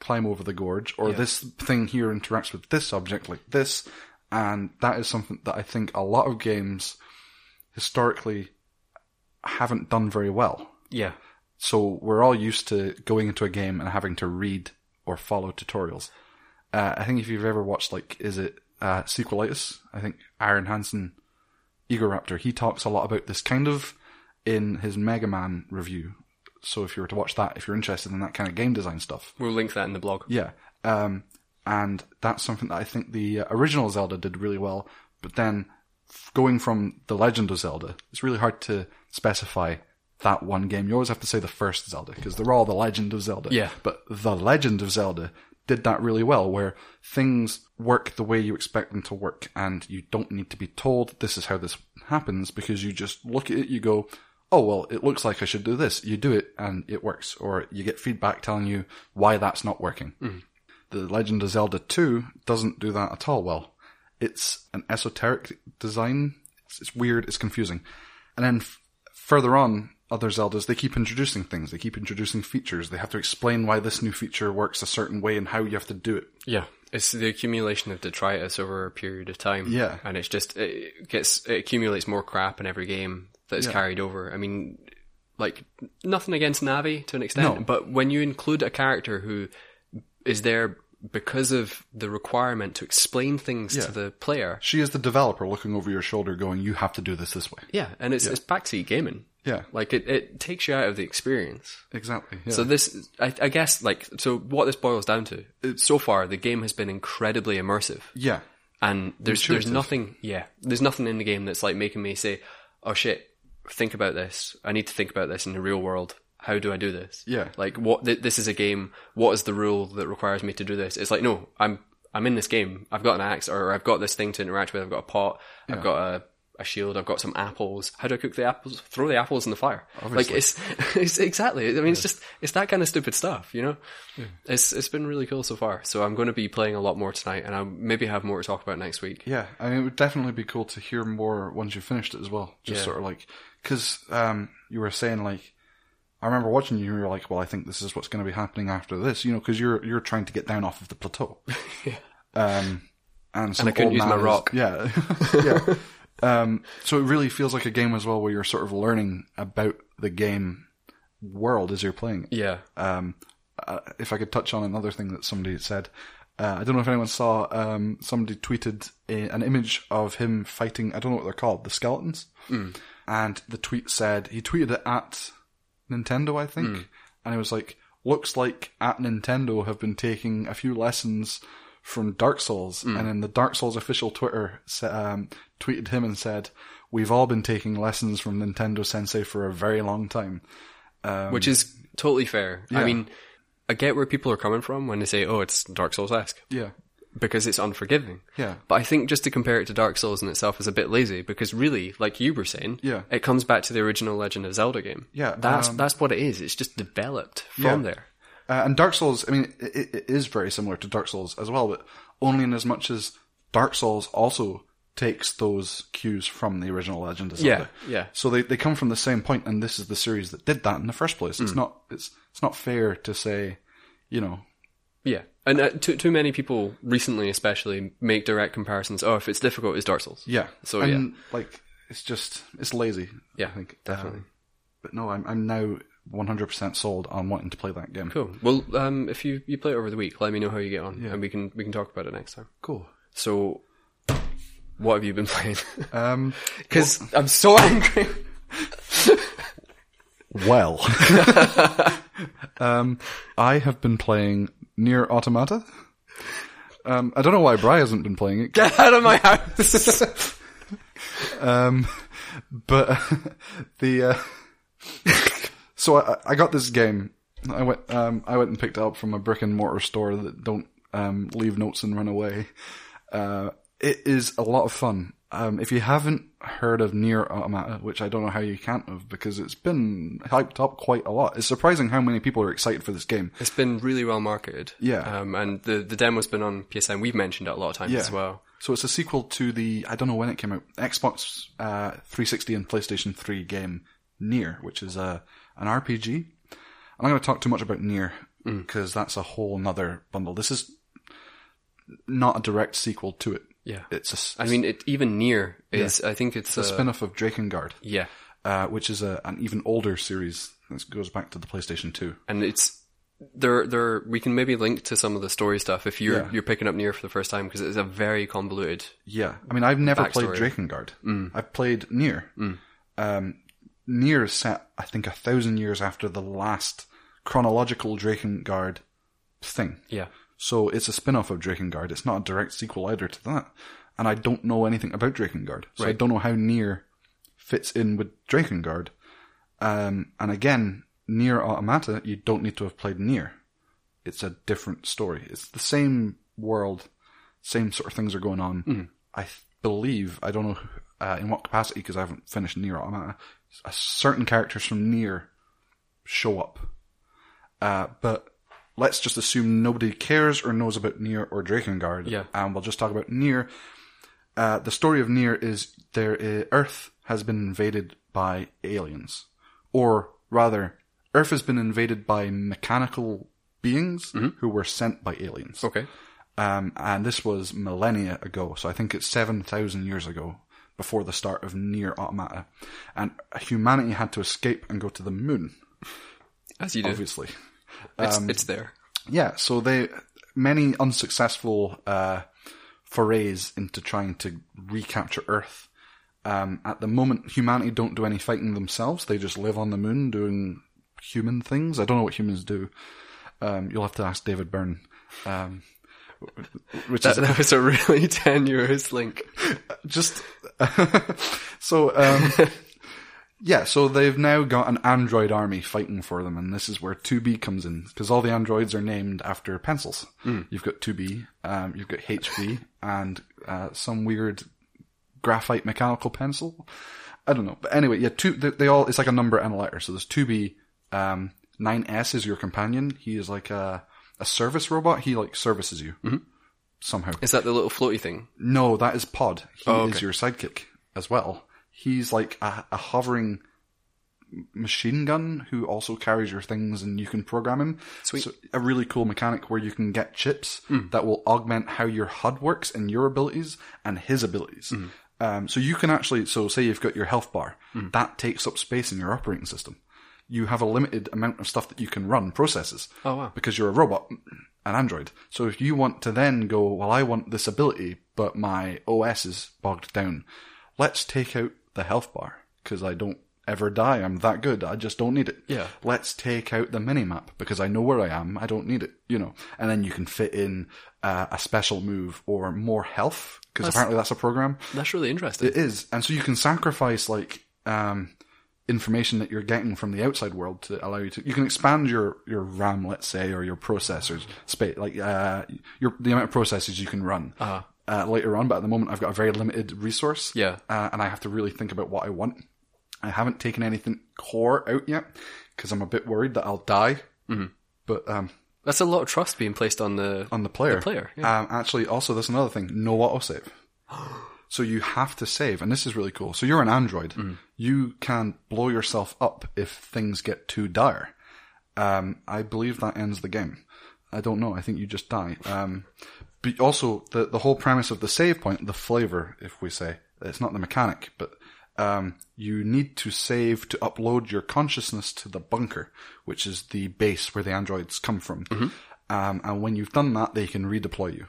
Speaker 2: climb over the gorge, or this thing here interacts with this object like this. And that is something that I think a lot of games historically haven't done very well.
Speaker 1: Yeah.
Speaker 2: So we're all used to going into a game and having to read or follow tutorials. Uh, I think if you've ever watched, like, is it uh, Sequelitis? I think Aaron Hansen, Ego Raptor, he talks a lot about this kind of in his Mega Man review. So if you were to watch that, if you're interested in that kind of game design stuff,
Speaker 1: We'll link that in the blog.
Speaker 2: yeah. Um, and that's something that I think the uh, original Zelda did really well. But then f- going from The Legend of Zelda, it's really hard to specify that one game. You always have to say the first Zelda because they're all The Legend of Zelda.
Speaker 1: Yeah.
Speaker 2: But The Legend of Zelda did that really well where things work the way you expect them to work and you don't need to be told this is how this happens because you just look at it, you go, oh well it looks like i should do this you do it and it works or you get feedback telling you why that's not working the legend of zelda 2 doesn't do that at all well it's an esoteric design it's, it's weird it's confusing and then f- further on other zeldas they keep introducing things they keep introducing features they have to explain why this new feature works a certain way and how you have to do it
Speaker 1: Yeah. It's the accumulation of detritus over a period of time.
Speaker 2: Yeah.
Speaker 1: And it's just, it gets, it accumulates more crap in every game that is carried over. I mean, like, nothing against Navi to an extent,
Speaker 2: No.
Speaker 1: but when you include a character who is there because of the requirement to explain things
Speaker 2: Yeah.
Speaker 1: to the player.
Speaker 2: she is the developer looking over your shoulder going you have to do this this way
Speaker 1: Yeah. And it's, it's backseat gaming.
Speaker 2: yeah
Speaker 1: Like, it, it takes you out of the experience.
Speaker 2: exactly yeah.
Speaker 1: So this, I, I guess, like, so what this boils down to, so far, the game has been incredibly immersive,
Speaker 2: yeah
Speaker 1: and there's
Speaker 2: Intuitive.
Speaker 1: there's nothing, yeah, there's nothing in the game that's like making me say, oh shit, think about this. I need to think about this in the real world. How do I do this?
Speaker 2: Yeah.
Speaker 1: like what th- this is a game. What is the rule that requires me to do this? It's like no, I'm I'm in this game. I've got an axe, or I've got this thing to interact with. I've got a pot. I've got a a shield. I've got some apples. How do I cook the apples? Throw the apples in the fire. Like it's, it's exactly. I mean, it's just it's that kind of stupid stuff, you know. It's it's been really cool so far. So I'm going to be playing a lot more tonight, and I will maybe have more to talk about next week.
Speaker 2: Yeah, I mean, it would definitely be cool to hear more once you finished it as well. Just
Speaker 1: Yeah.
Speaker 2: sort of like, because um, you were saying like, I remember watching you. You were like, "Well, I think this is what's going to be happening after this," you know, because you're you're trying to get down off of the plateau. Um, and some
Speaker 1: I couldn't
Speaker 2: old
Speaker 1: use my
Speaker 2: man is-
Speaker 1: rock.
Speaker 2: yeah, yeah. Um, so it really feels like a game as well, where you're sort of learning about the game world as you're playing it
Speaker 1: Yeah,
Speaker 2: um, uh, if I could touch on another thing that somebody said, uh, I don't know if anyone saw. Um, somebody tweeted a, an image of him fighting. I don't know what they're called, the skeletons. And the tweet said he tweeted it at Nintendo, I think, and it was like, "Looks like at Nintendo have been taking a few lessons." From Dark Souls, and then the Dark Souls official Twitter sa- um, tweeted him and said, "We've all been taking lessons from Nintendo Sensei for a very long time." Um,
Speaker 1: which is totally fair. I mean, I get where people are coming from when they say, "Oh, it's Dark Souls esque."
Speaker 2: Yeah,
Speaker 1: because it's unforgiving.
Speaker 2: Yeah.
Speaker 1: But I think just to compare it to Dark Souls in itself is a bit lazy because really, like you were saying,
Speaker 2: Yeah.
Speaker 1: it comes back to the original Legend of Zelda game.
Speaker 2: Yeah,
Speaker 1: That's
Speaker 2: um,
Speaker 1: that's what it is. It's just developed from
Speaker 2: Yeah.
Speaker 1: there.
Speaker 2: Uh, and Dark Souls, I mean, it, it is very similar to Dark Souls as well, but only in as much as Dark Souls also takes those cues from the original Legend of Zelda.
Speaker 1: Yeah, yeah.
Speaker 2: So they, they come from the same point, and this is the series that did that in the first place.
Speaker 1: Mm.
Speaker 2: It's not it's it's not fair to say, you know,
Speaker 1: Yeah. And uh, too too many people recently especially make direct comparisons. Oh, if it's difficult, it's Dark Souls.
Speaker 2: yeah.
Speaker 1: So,
Speaker 2: and, like it's just it's lazy.
Speaker 1: Yeah,
Speaker 2: I think
Speaker 1: definitely.
Speaker 2: Um, but no, I'm I'm now 100% sold on wanting to play that game.
Speaker 1: Cool. Well, um, if you, you play it over the week, let me know how you get on, and we can we can talk about it next time.
Speaker 2: Cool.
Speaker 1: So, what have you been playing?
Speaker 2: Um,
Speaker 1: Because I'm so angry.
Speaker 2: Well, um, I have been playing Near Automata. Um, I don't know why Bry hasn't been playing it,
Speaker 1: Get out of my house.
Speaker 2: but uh, the uh, so I, I got this game. I went um, I went and picked it up from a brick and mortar store that don't um, leave notes and run away. Uh, it is a lot of fun. Um, if you haven't heard of Near Automata, which I don't know how you can't have because it's been hyped up quite a lot. It's surprising how many people are excited for this game.
Speaker 1: It's been really well marketed.
Speaker 2: Yeah.
Speaker 1: Um, and the, the demo's been on PSN. We've mentioned it a lot of times as well.
Speaker 2: So it's a sequel to the I don't know when it came out Xbox uh, 360 and PlayStation 3 game Near, which is a an RPG. I'm not going to talk too much about Near
Speaker 1: Mm.
Speaker 2: because that's a whole nother bundle. This is not a direct sequel to it.
Speaker 1: Yeah. uh,
Speaker 2: It's a, s-
Speaker 1: I mean, it even near is, I think it's
Speaker 2: a
Speaker 1: a,
Speaker 2: spin-off of Drakengard.
Speaker 1: yeah.
Speaker 2: uh, which is a, an even older series that goes back to the PlayStation 2.
Speaker 1: and it's there. There, we can maybe link to some of the story stuff if you're you're picking up near for the first time because it's a very convoluted.
Speaker 2: Yeah, I mean, I've never played
Speaker 1: Backstory. Mm.
Speaker 2: Drakengard. I've played Nier. Um, Nier is set, I think, a thousand years after the last chronological Drakengard thing.
Speaker 1: Yeah,
Speaker 2: So it's a spin-off of Drakengard. It's not a direct sequel either to that. And I don't know anything about Drakengard. So I
Speaker 1: Right.
Speaker 2: don't know how Nier fits in with Drakengard. Um, and again, Nier Automata, you don't need to have played Nier. It's a different story. It's the same world, same sort of things are going on. I th- believe, I don't know uh, in what capacity because I haven't finished Nier Automata, a certain characters from Nier show up. Uh, but let's just assume nobody cares or knows about Nier or Drakengard.
Speaker 1: Yeah.
Speaker 2: And we'll just talk about Nier. Uh, the story of Nier is there, uh, Earth has been invaded by aliens. Or rather, Earth has been invaded by mechanical beings who were sent by aliens.
Speaker 1: okay,
Speaker 2: Um, and this was millennia ago, so I think it's 7,000 years ago before the start of Near Automata. And humanity had to escape and go to the moon,
Speaker 1: as you do.
Speaker 2: obviously.
Speaker 1: It's,
Speaker 2: um,
Speaker 1: it's there.
Speaker 2: Yeah, so they, many unsuccessful, uh, forays into trying to recapture Earth. Um, at the moment, humanity don't do any fighting themselves. They just live on the moon doing human things. I don't know what humans do. Um, you'll have to ask David Byrne. Um, which
Speaker 1: That,
Speaker 2: is
Speaker 1: that was a really tenuous link.
Speaker 2: just so um yeah so they've now got an android army fighting for them and this is where 2b comes in because all the androids are named after pencils you've got 2b um, you've got hb and uh, some weird graphite mechanical pencil i don't know but anyway yeah two they, they all it's like a number and a letter so there's 2b um 9s is your companion he is like a a service robot he like services you somehow
Speaker 1: Is that the little floaty thing?
Speaker 2: no, that is Pod. He
Speaker 1: Oh,
Speaker 2: is
Speaker 1: okay.
Speaker 2: your sidekick as well. He's like a, a hovering m- machine gun who also carries your things and you can program him.
Speaker 1: Sweet. Hmm.
Speaker 2: a really cool mechanic where you can get chips that will augment how your HUD works and your abilities and his abilities.
Speaker 1: Hmm.
Speaker 2: Um, so you can actually, so say you've got your health bar,
Speaker 1: Hmm.
Speaker 2: that takes up space in your operating system. You have a limited amount of stuff that you can run processes.
Speaker 1: Oh, wow.
Speaker 2: Because you're a robot, an android. So if you want to then go, well, I want this ability, but my OS is bogged down, let's take out the health bar because I don't ever die. I'm that good. I just don't need it.
Speaker 1: Yeah.
Speaker 2: Let's take out the minimap because I know where I am. I don't need it, you know. And then you can fit in uh, a special move or more health because apparently that's a program.
Speaker 1: That's really interesting.
Speaker 2: It is, and so you can sacrifice like um, information that you're getting from the outside world to allow you to. You can expand your your RAM, let's say, or your processors space, like uh, your the amount of processors you can run. uh later on, but at the moment I've got a very limited resource.
Speaker 1: Yeah.
Speaker 2: uh, and I have to really think about what I want. I haven't taken anything core out yet because I'm a bit worried that I'll die. But um,
Speaker 1: That's a lot of trust being placed on the
Speaker 2: on the player.
Speaker 1: player,
Speaker 2: Um, actually, also there's another thing: no autosave. So you have to save, and this is really cool. So you're an android. You can blow yourself up if things get too dire. Um, I believe that ends the game. I don't know. I think you just die. Um, but also the the whole premise of the save point, the flavor, if we say it's not the mechanic, but um, you need to save to upload your consciousness to the bunker, which is the base where the androids come from. Um, and when you've done that, they can redeploy you.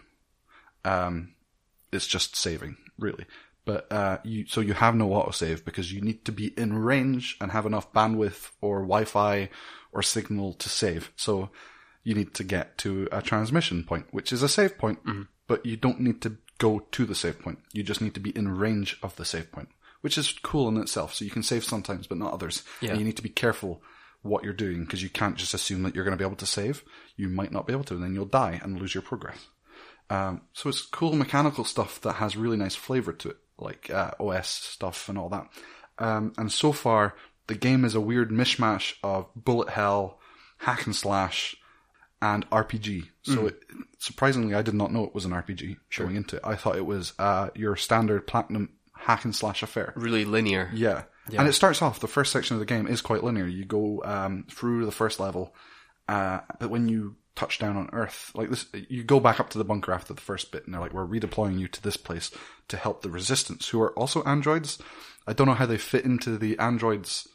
Speaker 2: Um, it's just saving, really. But uh, you so you have no autosave because you need to be in range and have enough bandwidth or Wi-Fi or signal to save. So you need to get to a transmission point, which is a save point, but you don't need to go to the save point. You just need to be in range of the save point, which is cool in itself. So you can save sometimes, but not others.
Speaker 1: Yeah.
Speaker 2: And you need to be careful what you're doing because you can't just assume that you're going to be able to save. You might not be able to, and then you'll die and lose your progress. Um, so it's cool mechanical stuff that has really nice flavor to it, like uh, OS stuff and all that. Um, and so far, the game is a weird mishmash of bullet hell, hack and slash, and RPG. So it, surprisingly, I did not know it was an RPG going into it. I thought it was uh, your standard platinum hack and slash affair.
Speaker 1: really linear.
Speaker 2: Yeah. And it starts off, the first section of the game is quite linear. You go um, through the first level Uh, but when you touch down on Earth, like this, you go back up to the bunker after the first bit, and they're like, "We're redeploying you to this place to help the Resistance, who are also androids." I don't know how they fit into the androids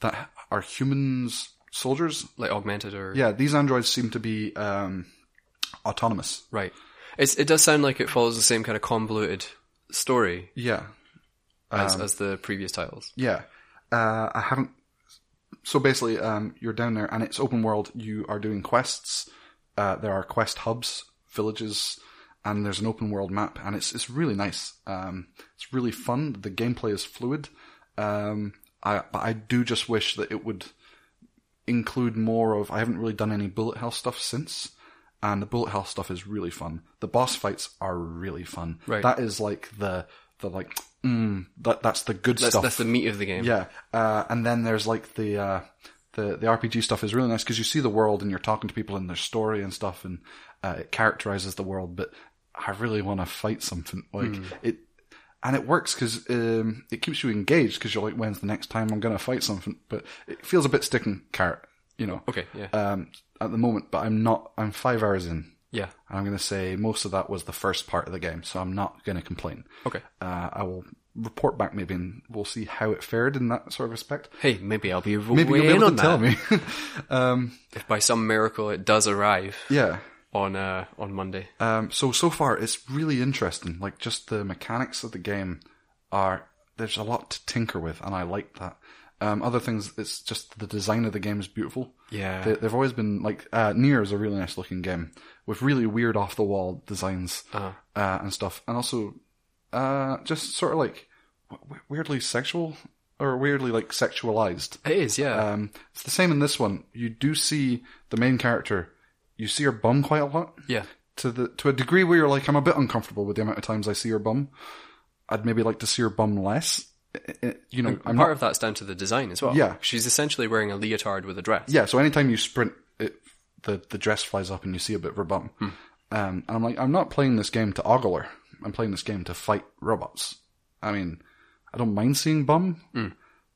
Speaker 2: that are humans soldiers.
Speaker 1: Like augmented or
Speaker 2: Yeah, these androids seem to be um, autonomous.
Speaker 1: right. It's, it does sound like it follows the same kind of convoluted story
Speaker 2: Yeah, Um,
Speaker 1: as, as the previous titles.
Speaker 2: Yeah. Uh, I haven't. So basically, um, you're down there and it's open world. You are doing quests. Uh, there are quest hubs, villages, and there's an open world map, and it's it's really nice. Um, it's really fun. The gameplay is fluid. Um, I but I do just wish that it would include more of. I haven't really done any bullet hell stuff since, and the bullet hell stuff is really fun. The boss fights are really fun.
Speaker 1: Right.
Speaker 2: That is like the the like mm, that that's the good
Speaker 1: That's,
Speaker 2: stuff.
Speaker 1: that's the meat of the game.
Speaker 2: Yeah, uh, and then there's like the uh, the the RPG stuff is really nice because you see the world and you're talking to people and their story and stuff, and uh, it characterizes the world. But I really want to fight something like it, and it works because um, it keeps you engaged because you're like, when's the next time I'm gonna fight something? But it feels a bit stick and carrot, you know.
Speaker 1: Okay, yeah.
Speaker 2: Um, at the moment, but I'm not. I'm five hours in.
Speaker 1: Yeah.
Speaker 2: And I'm going to say most of that was the first part of the game, so I'm not going to complain.
Speaker 1: Okay.
Speaker 2: Uh, I will report back maybe, and we'll see how it fared in that sort of respect.
Speaker 1: Hey, maybe I'll be
Speaker 2: Maybe
Speaker 1: way
Speaker 2: you'll be
Speaker 1: in
Speaker 2: able
Speaker 1: on
Speaker 2: to
Speaker 1: that.
Speaker 2: tell me.
Speaker 1: If by some miracle it does arrive
Speaker 2: yeah.
Speaker 1: on uh, on Monday.
Speaker 2: Um, so so far, it's really interesting. Like just the mechanics of the game are there's a lot to tinker with, and I like that. Um, other things, it's just the design of the game is beautiful.
Speaker 1: Yeah.
Speaker 2: they, they've always been like uh, Nier is a really nice looking game with really weird off the wall designs
Speaker 1: Uh-huh.
Speaker 2: uh and stuff, and also uh, just sort of like w- weirdly sexual or weirdly like sexualized.
Speaker 1: it is, yeah.
Speaker 2: Um, it's the same in this one. You do see the main character. You see her bum quite a lot
Speaker 1: yeah.
Speaker 2: to the to a degree where you're like, I'm a bit uncomfortable with the amount of times I see your bum. I'd maybe like to see your bum less. I- I- You know,
Speaker 1: Part
Speaker 2: I'm not.
Speaker 1: of that's down to the design as well.
Speaker 2: Yeah.
Speaker 1: She's essentially wearing a leotard with a dress.
Speaker 2: Yeah, so anytime you sprint, it, the the dress flies up and you see a bit of her bum. Um, and I'm like, I'm not playing this game to ogle her. I'm playing this game to fight robots. I mean, I don't mind seeing bum,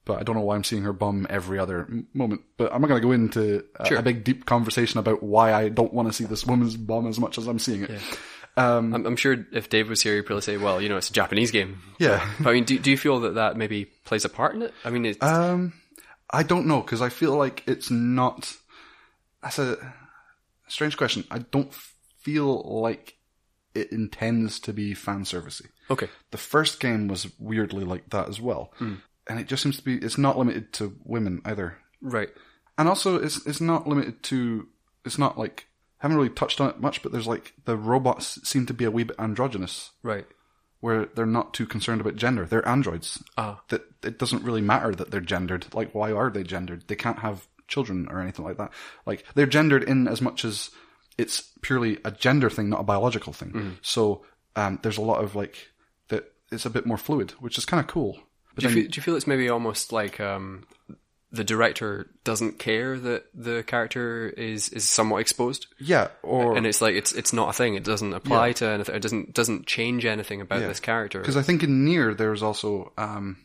Speaker 2: but I don't know why I'm seeing her bum every other m- moment. But I'm not going to go into a, a big deep conversation about why I don't want to see this woman's bum as much as I'm seeing it.
Speaker 1: I'm, I'm sure if Dave was here, he'd probably say, well, you know, it's a Japanese game.
Speaker 2: yeah.
Speaker 1: But I mean, do, do you feel that that maybe plays a part in it? I mean, it's,
Speaker 2: Um, I don't know because I feel like it's not. That's a strange question. I don't feel like it intends to be fan servicey.
Speaker 1: okay.
Speaker 2: The first game was weirdly like that as well, and it just seems to be. It's not limited to women either,
Speaker 1: Right.
Speaker 2: and also it's it's not limited to. It's not like haven't really touched on it much, but there's like the robots seem to be a wee bit androgynous
Speaker 1: Right.
Speaker 2: where they're not too concerned about gender. They're androids.
Speaker 1: Ah.
Speaker 2: That it doesn't really matter that they're gendered. Like, why are they gendered? They can't have children or anything like that. Like, they're gendered in as much as it's purely a gender thing, not a biological thing. So, um, there's a lot of like that. It's a bit more fluid, which is kind of cool. But
Speaker 1: Do you,
Speaker 2: then,
Speaker 1: feel, do you feel it's maybe almost like um, the director doesn't care that the character is, is somewhat exposed?
Speaker 2: yeah, or
Speaker 1: and it's like it's it's not a thing. It doesn't apply to anything. It doesn't doesn't change anything about this character.
Speaker 2: Because I think in Near there's also um,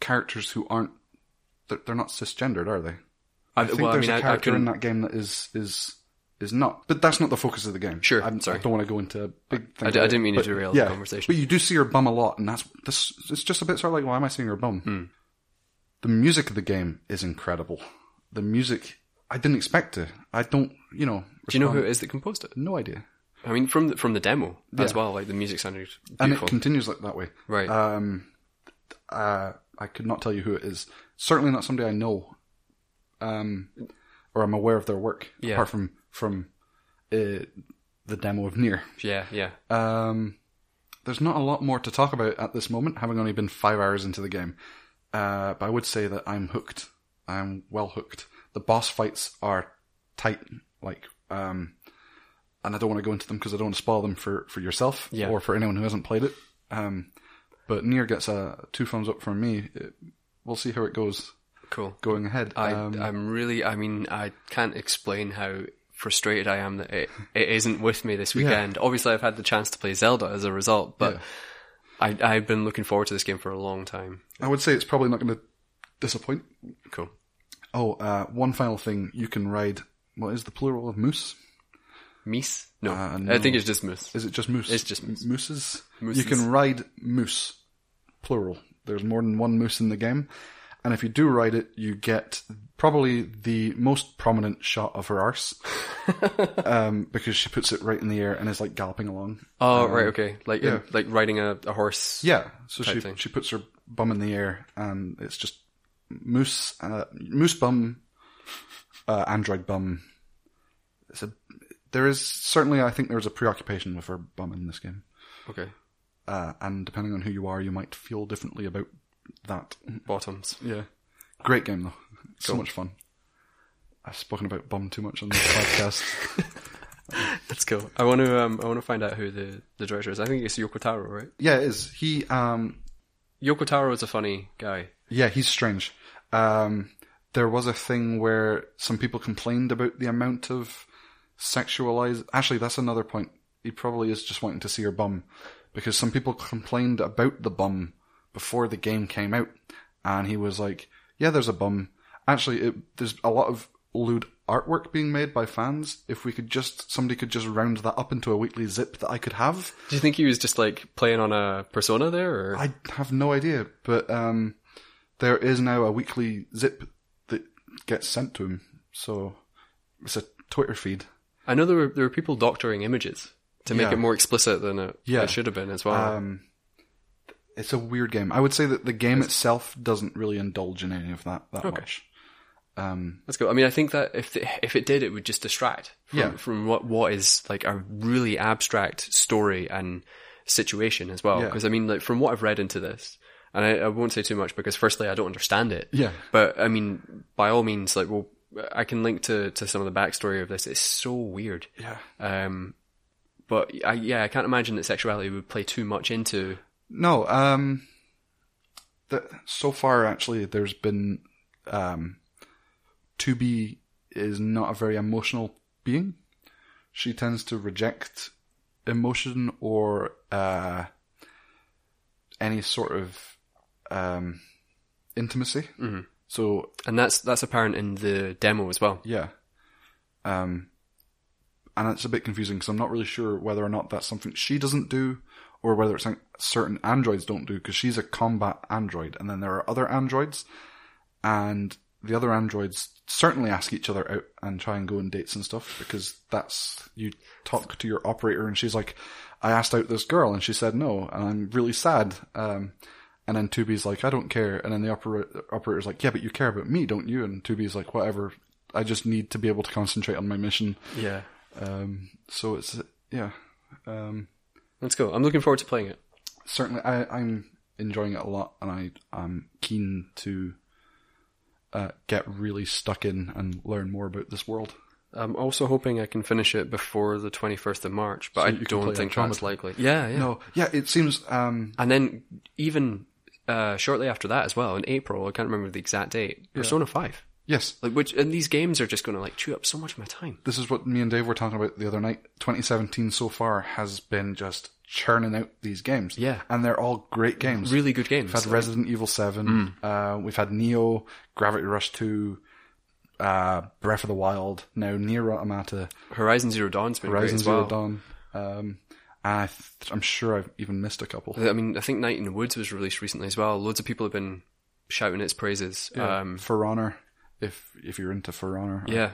Speaker 2: characters who aren't. They're, they're not cisgendered, are they? I think there's a character in that game that is is is not, but that's not the focus of the game.
Speaker 1: Sure,
Speaker 2: I'm,
Speaker 1: sorry.
Speaker 2: I don't want to go into a big. Thing
Speaker 1: I d- I
Speaker 2: about it,
Speaker 1: didn't mean to
Speaker 2: but-
Speaker 1: derail the
Speaker 2: yeah,
Speaker 1: conversation.
Speaker 2: But you do see her bum a lot, and that's this. It's just a bit sort of like, why am I seeing her bum?
Speaker 1: Hmm.
Speaker 2: The music of the game is incredible. The music, I didn't expect to. I don't, you know.
Speaker 1: Do you know who it is that composed it?
Speaker 2: No idea.
Speaker 1: I mean, from the, from the demo as well. Like the music sounded
Speaker 2: And it
Speaker 1: beautiful.
Speaker 2: continues like that way.
Speaker 1: right.
Speaker 2: uh, I could not tell you who it is. Certainly not somebody I know, um, or I'm aware of their work.
Speaker 1: Yeah.
Speaker 2: Apart from from uh, the demo of Near.
Speaker 1: yeah. Yeah.
Speaker 2: Um, there's not a lot more to talk about at this moment, having only been five hours into the game. Uh, but I would say that I'm hooked. I'm well hooked. The boss fights are tight, like, um, and I don't want to go into them because I don't want to spoil them for, for yourself
Speaker 1: Yeah.
Speaker 2: or for anyone who hasn't played it. Um, but Nier gets a two thumbs up from me. It, we'll see how it goes
Speaker 1: cool.
Speaker 2: going ahead.
Speaker 1: I
Speaker 2: um,
Speaker 1: I'm really. I mean, I can't explain how frustrated I am that it, it isn't with me this weekend. Obviously, I've had the chance to play Zelda as a result, but. I, I've been looking forward to this game for a long time.
Speaker 2: I would say it's probably not going to disappoint.
Speaker 1: Cool.
Speaker 2: Oh, uh, one final thing. You can ride What is the plural of moose?
Speaker 1: Meese? No.
Speaker 2: Uh,
Speaker 1: I think
Speaker 2: no.
Speaker 1: it's just moose.
Speaker 2: Is it just moose?
Speaker 1: It's just moose.
Speaker 2: Mooses?
Speaker 1: Mooses.
Speaker 2: You can ride moose. Plural. There's more than one moose in the game. And if you do ride it, you get probably the most prominent shot of her arse. um, because she puts it right in the air and is like galloping along.
Speaker 1: Oh, right, okay. Like in-
Speaker 2: uh, yeah.
Speaker 1: like riding a, a horse.
Speaker 2: Yeah. So she
Speaker 1: thing.
Speaker 2: she puts her bum in the air, and it's just moose uh, moose bum, uh, android bum. It's a there is certainly I think there is a preoccupation with her bum in this game,
Speaker 1: Okay.
Speaker 2: uh, and depending on who you are, you might feel differently about that.
Speaker 1: Bottoms.
Speaker 2: Yeah. Great game though. So much fun. I've spoken about bum too much on this podcast.
Speaker 1: Let's go. I want to um I want to find out who the the director is. I think it's Yoko Taro, right?
Speaker 2: Yeah, it is. He um
Speaker 1: Yoko Taro is a funny guy.
Speaker 2: Yeah, he's strange. Um, there was a thing where some people complained about the amount of sexualized. Actually, that's another point. He probably is just wanting to see her bum, because some people complained about the bum before the game came out, and he was like, "Yeah, there's a bum." Actually, it, there's a lot of lewd artwork being made by fans. If we could just somebody could just round that up into a weekly zip that I could have,
Speaker 1: Do you think he was just like playing on a persona there or
Speaker 2: I have no idea, but um, there is now a weekly zip that gets sent to him. So it's a Twitter feed.
Speaker 1: I know there were there were people doctoring images to make
Speaker 2: Yeah.
Speaker 1: it more explicit than it,
Speaker 2: Yeah.
Speaker 1: it should have been as well.
Speaker 2: Um, it's a weird game. I would say that the game itself doesn't really indulge in any of that that much.
Speaker 1: Let's go. I mean, I think that if the, if it did, it would just distract from,
Speaker 2: Yeah.
Speaker 1: from what what is like a really abstract story and situation as well.
Speaker 2: Yeah.
Speaker 1: Because I mean, like from what I've read into this, and I, I won't say too much because firstly, I don't understand it.
Speaker 2: Yeah.
Speaker 1: But I mean, by all means, like, well, I can link to to some of the backstory of this. It's so weird.
Speaker 2: Yeah.
Speaker 1: Um, but I, yeah, I can't imagine that sexuality would play too much into.
Speaker 2: No. Um. The, so far, actually, there's been um, to be is not a very emotional being. She tends to reject emotion or uh, any sort of um, intimacy. So
Speaker 1: And that's that's apparent in the demo as well.
Speaker 2: yeah. Um, and it's a bit confusing because I'm not really sure whether or not that's something she doesn't do or whether it's something certain androids don't do because she's a combat android and then there are other androids and the other androids certainly ask each other out and try and go on dates and stuff because that's you talk to your operator and she's like i asked out this girl and she said no and i'm really sad um, and then Tubi's like i don't care and then the opera- operator's like yeah but you care about me don't you and Tubi's like whatever i just need to be able to concentrate on my mission
Speaker 1: Yeah.
Speaker 2: um, so it's yeah um,
Speaker 1: Let's go. I'm looking forward to playing it.
Speaker 2: certainly I, I'm enjoying it a lot, and I am keen to uh, get really stuck in and learn more about this world.
Speaker 1: I'm also hoping I can finish it before the 21st of March, but I
Speaker 2: you can
Speaker 1: don't
Speaker 2: play
Speaker 1: think
Speaker 2: Uncharted.
Speaker 1: that's likely. Yeah, yeah.
Speaker 2: No, yeah, it seems. Um,
Speaker 1: And then even uh, shortly after that as well, in April, I can't remember the exact date. Persona 5.
Speaker 2: yes,
Speaker 1: Like which and these games are just going to like chew up so much of my time.
Speaker 2: this is what me and Dave were talking about the other night. 2017 so far has been just churning out these games.
Speaker 1: Yeah.
Speaker 2: and they're all great games.
Speaker 1: Really good games. Mm.
Speaker 2: We've had Resident Evil 7, uh, we've had Neo, Gravity Rush 2, uh, Breath of the Wild, now Nier Automata.
Speaker 1: Horizon Zero Dawn's been
Speaker 2: Horizon
Speaker 1: great as
Speaker 2: Zero
Speaker 1: well.
Speaker 2: Dawn. Um, and I th- I'm sure I've even missed a couple.
Speaker 1: I mean, I think Night in the Woods was released recently as well. Loads of people have been shouting its praises. Yeah. Um
Speaker 2: For Honor, if if you're into For Honor,
Speaker 1: yeah.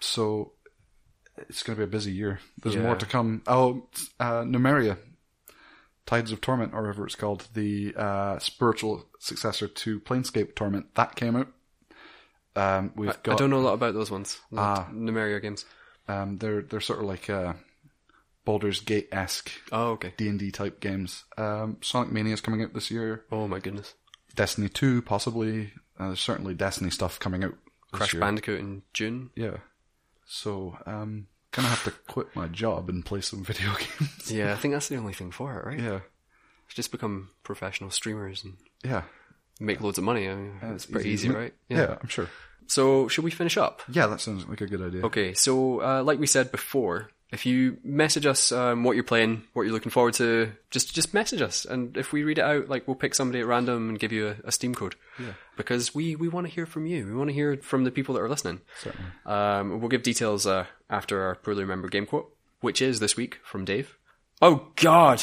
Speaker 2: So it's going to be a busy year. There's
Speaker 1: Yeah.
Speaker 2: more to come. Oh, uh, Numeria, Tides of Torment, or whatever it's called, the uh, spiritual successor to Planescape Torment, that came out. Um, we've got
Speaker 1: I don't know a lot about those ones.
Speaker 2: Ah.
Speaker 1: Numeria games.
Speaker 2: Um, they're they're sort of like uh, Baldur's Gate esque
Speaker 1: Oh, okay.
Speaker 2: D and D type games. Um, Sonic Mania is coming out this year.
Speaker 1: Oh my goodness.
Speaker 2: Destiny 2, possibly. Uh, there's certainly Destiny stuff coming out. this
Speaker 1: Crash
Speaker 2: year.
Speaker 1: Bandicoot in June.
Speaker 2: Yeah. So, um, gonna have to quit my job and play some video games.
Speaker 1: Yeah, I think that's the only thing for it, right?
Speaker 2: yeah.
Speaker 1: just become professional streamers and
Speaker 2: Yeah.
Speaker 1: make loads of money. I mean, it's pretty easy,
Speaker 2: isn't it?
Speaker 1: right?
Speaker 2: Yeah. I'm sure.
Speaker 1: So should we finish up?
Speaker 2: Yeah, that sounds like a good idea.
Speaker 1: Okay. So uh, like we said before, If you message us um, what you're playing, what you're looking forward to, just just message us, and if we read it out, like we'll pick somebody at random and give you a, a Steam code. Yeah. Because we, we want to hear from you. We want to hear from the people that are listening. Certainly. Um, we'll give details uh, after our poorly remembered game quote, which is this week from Dave. Oh God!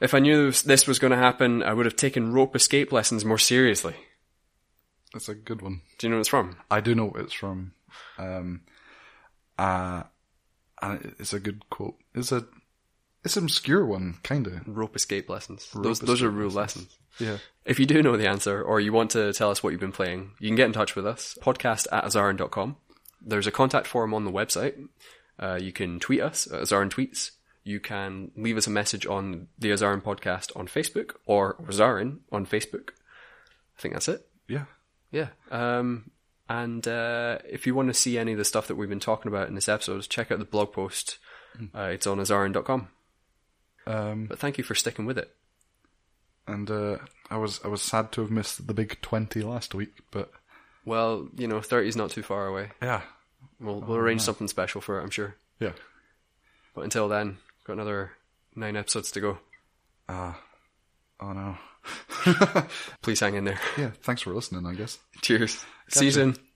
Speaker 1: If I knew this was going to happen, I would have taken rope escape lessons more seriously.
Speaker 2: That's a good one.
Speaker 1: Do you know what it's from?
Speaker 2: I do know what it's from. Um, uh, and it's a good quote. It's a it's an obscure one, kind of.
Speaker 1: Rope escape lessons.
Speaker 2: Rope
Speaker 1: those those are
Speaker 2: escape
Speaker 1: real
Speaker 2: lessons.
Speaker 1: lessons.
Speaker 2: Yeah.
Speaker 1: If you do know the answer or you want to tell us what you've been playing, you can get in touch with us, podcast at azarin.com. There's a contact form on the website. Uh, you can tweet us at Azarin Tweets. You can leave us a message on the Azarin Podcast on Facebook or Azarin on Facebook. I think that's it.
Speaker 2: Yeah.
Speaker 1: Yeah. Um, and uh, if you want to see any of the stuff that we've been talking about in this episode, check out the blog post. Uh, it's on azarin.com.
Speaker 2: Um,
Speaker 1: But thank you for sticking with it.
Speaker 2: and uh, I was I was sad to have missed the big twenty last week, but
Speaker 1: Well, you know, 30's not too far away.
Speaker 2: yeah,
Speaker 1: We'll, we'll arrange something special for it, I'm sure.
Speaker 2: yeah.
Speaker 1: But until then, got another nine episodes to go.
Speaker 2: Oh no.
Speaker 1: Please hang in there.
Speaker 2: Yeah. Thanks for listening. I guess.
Speaker 1: Cheers. Season.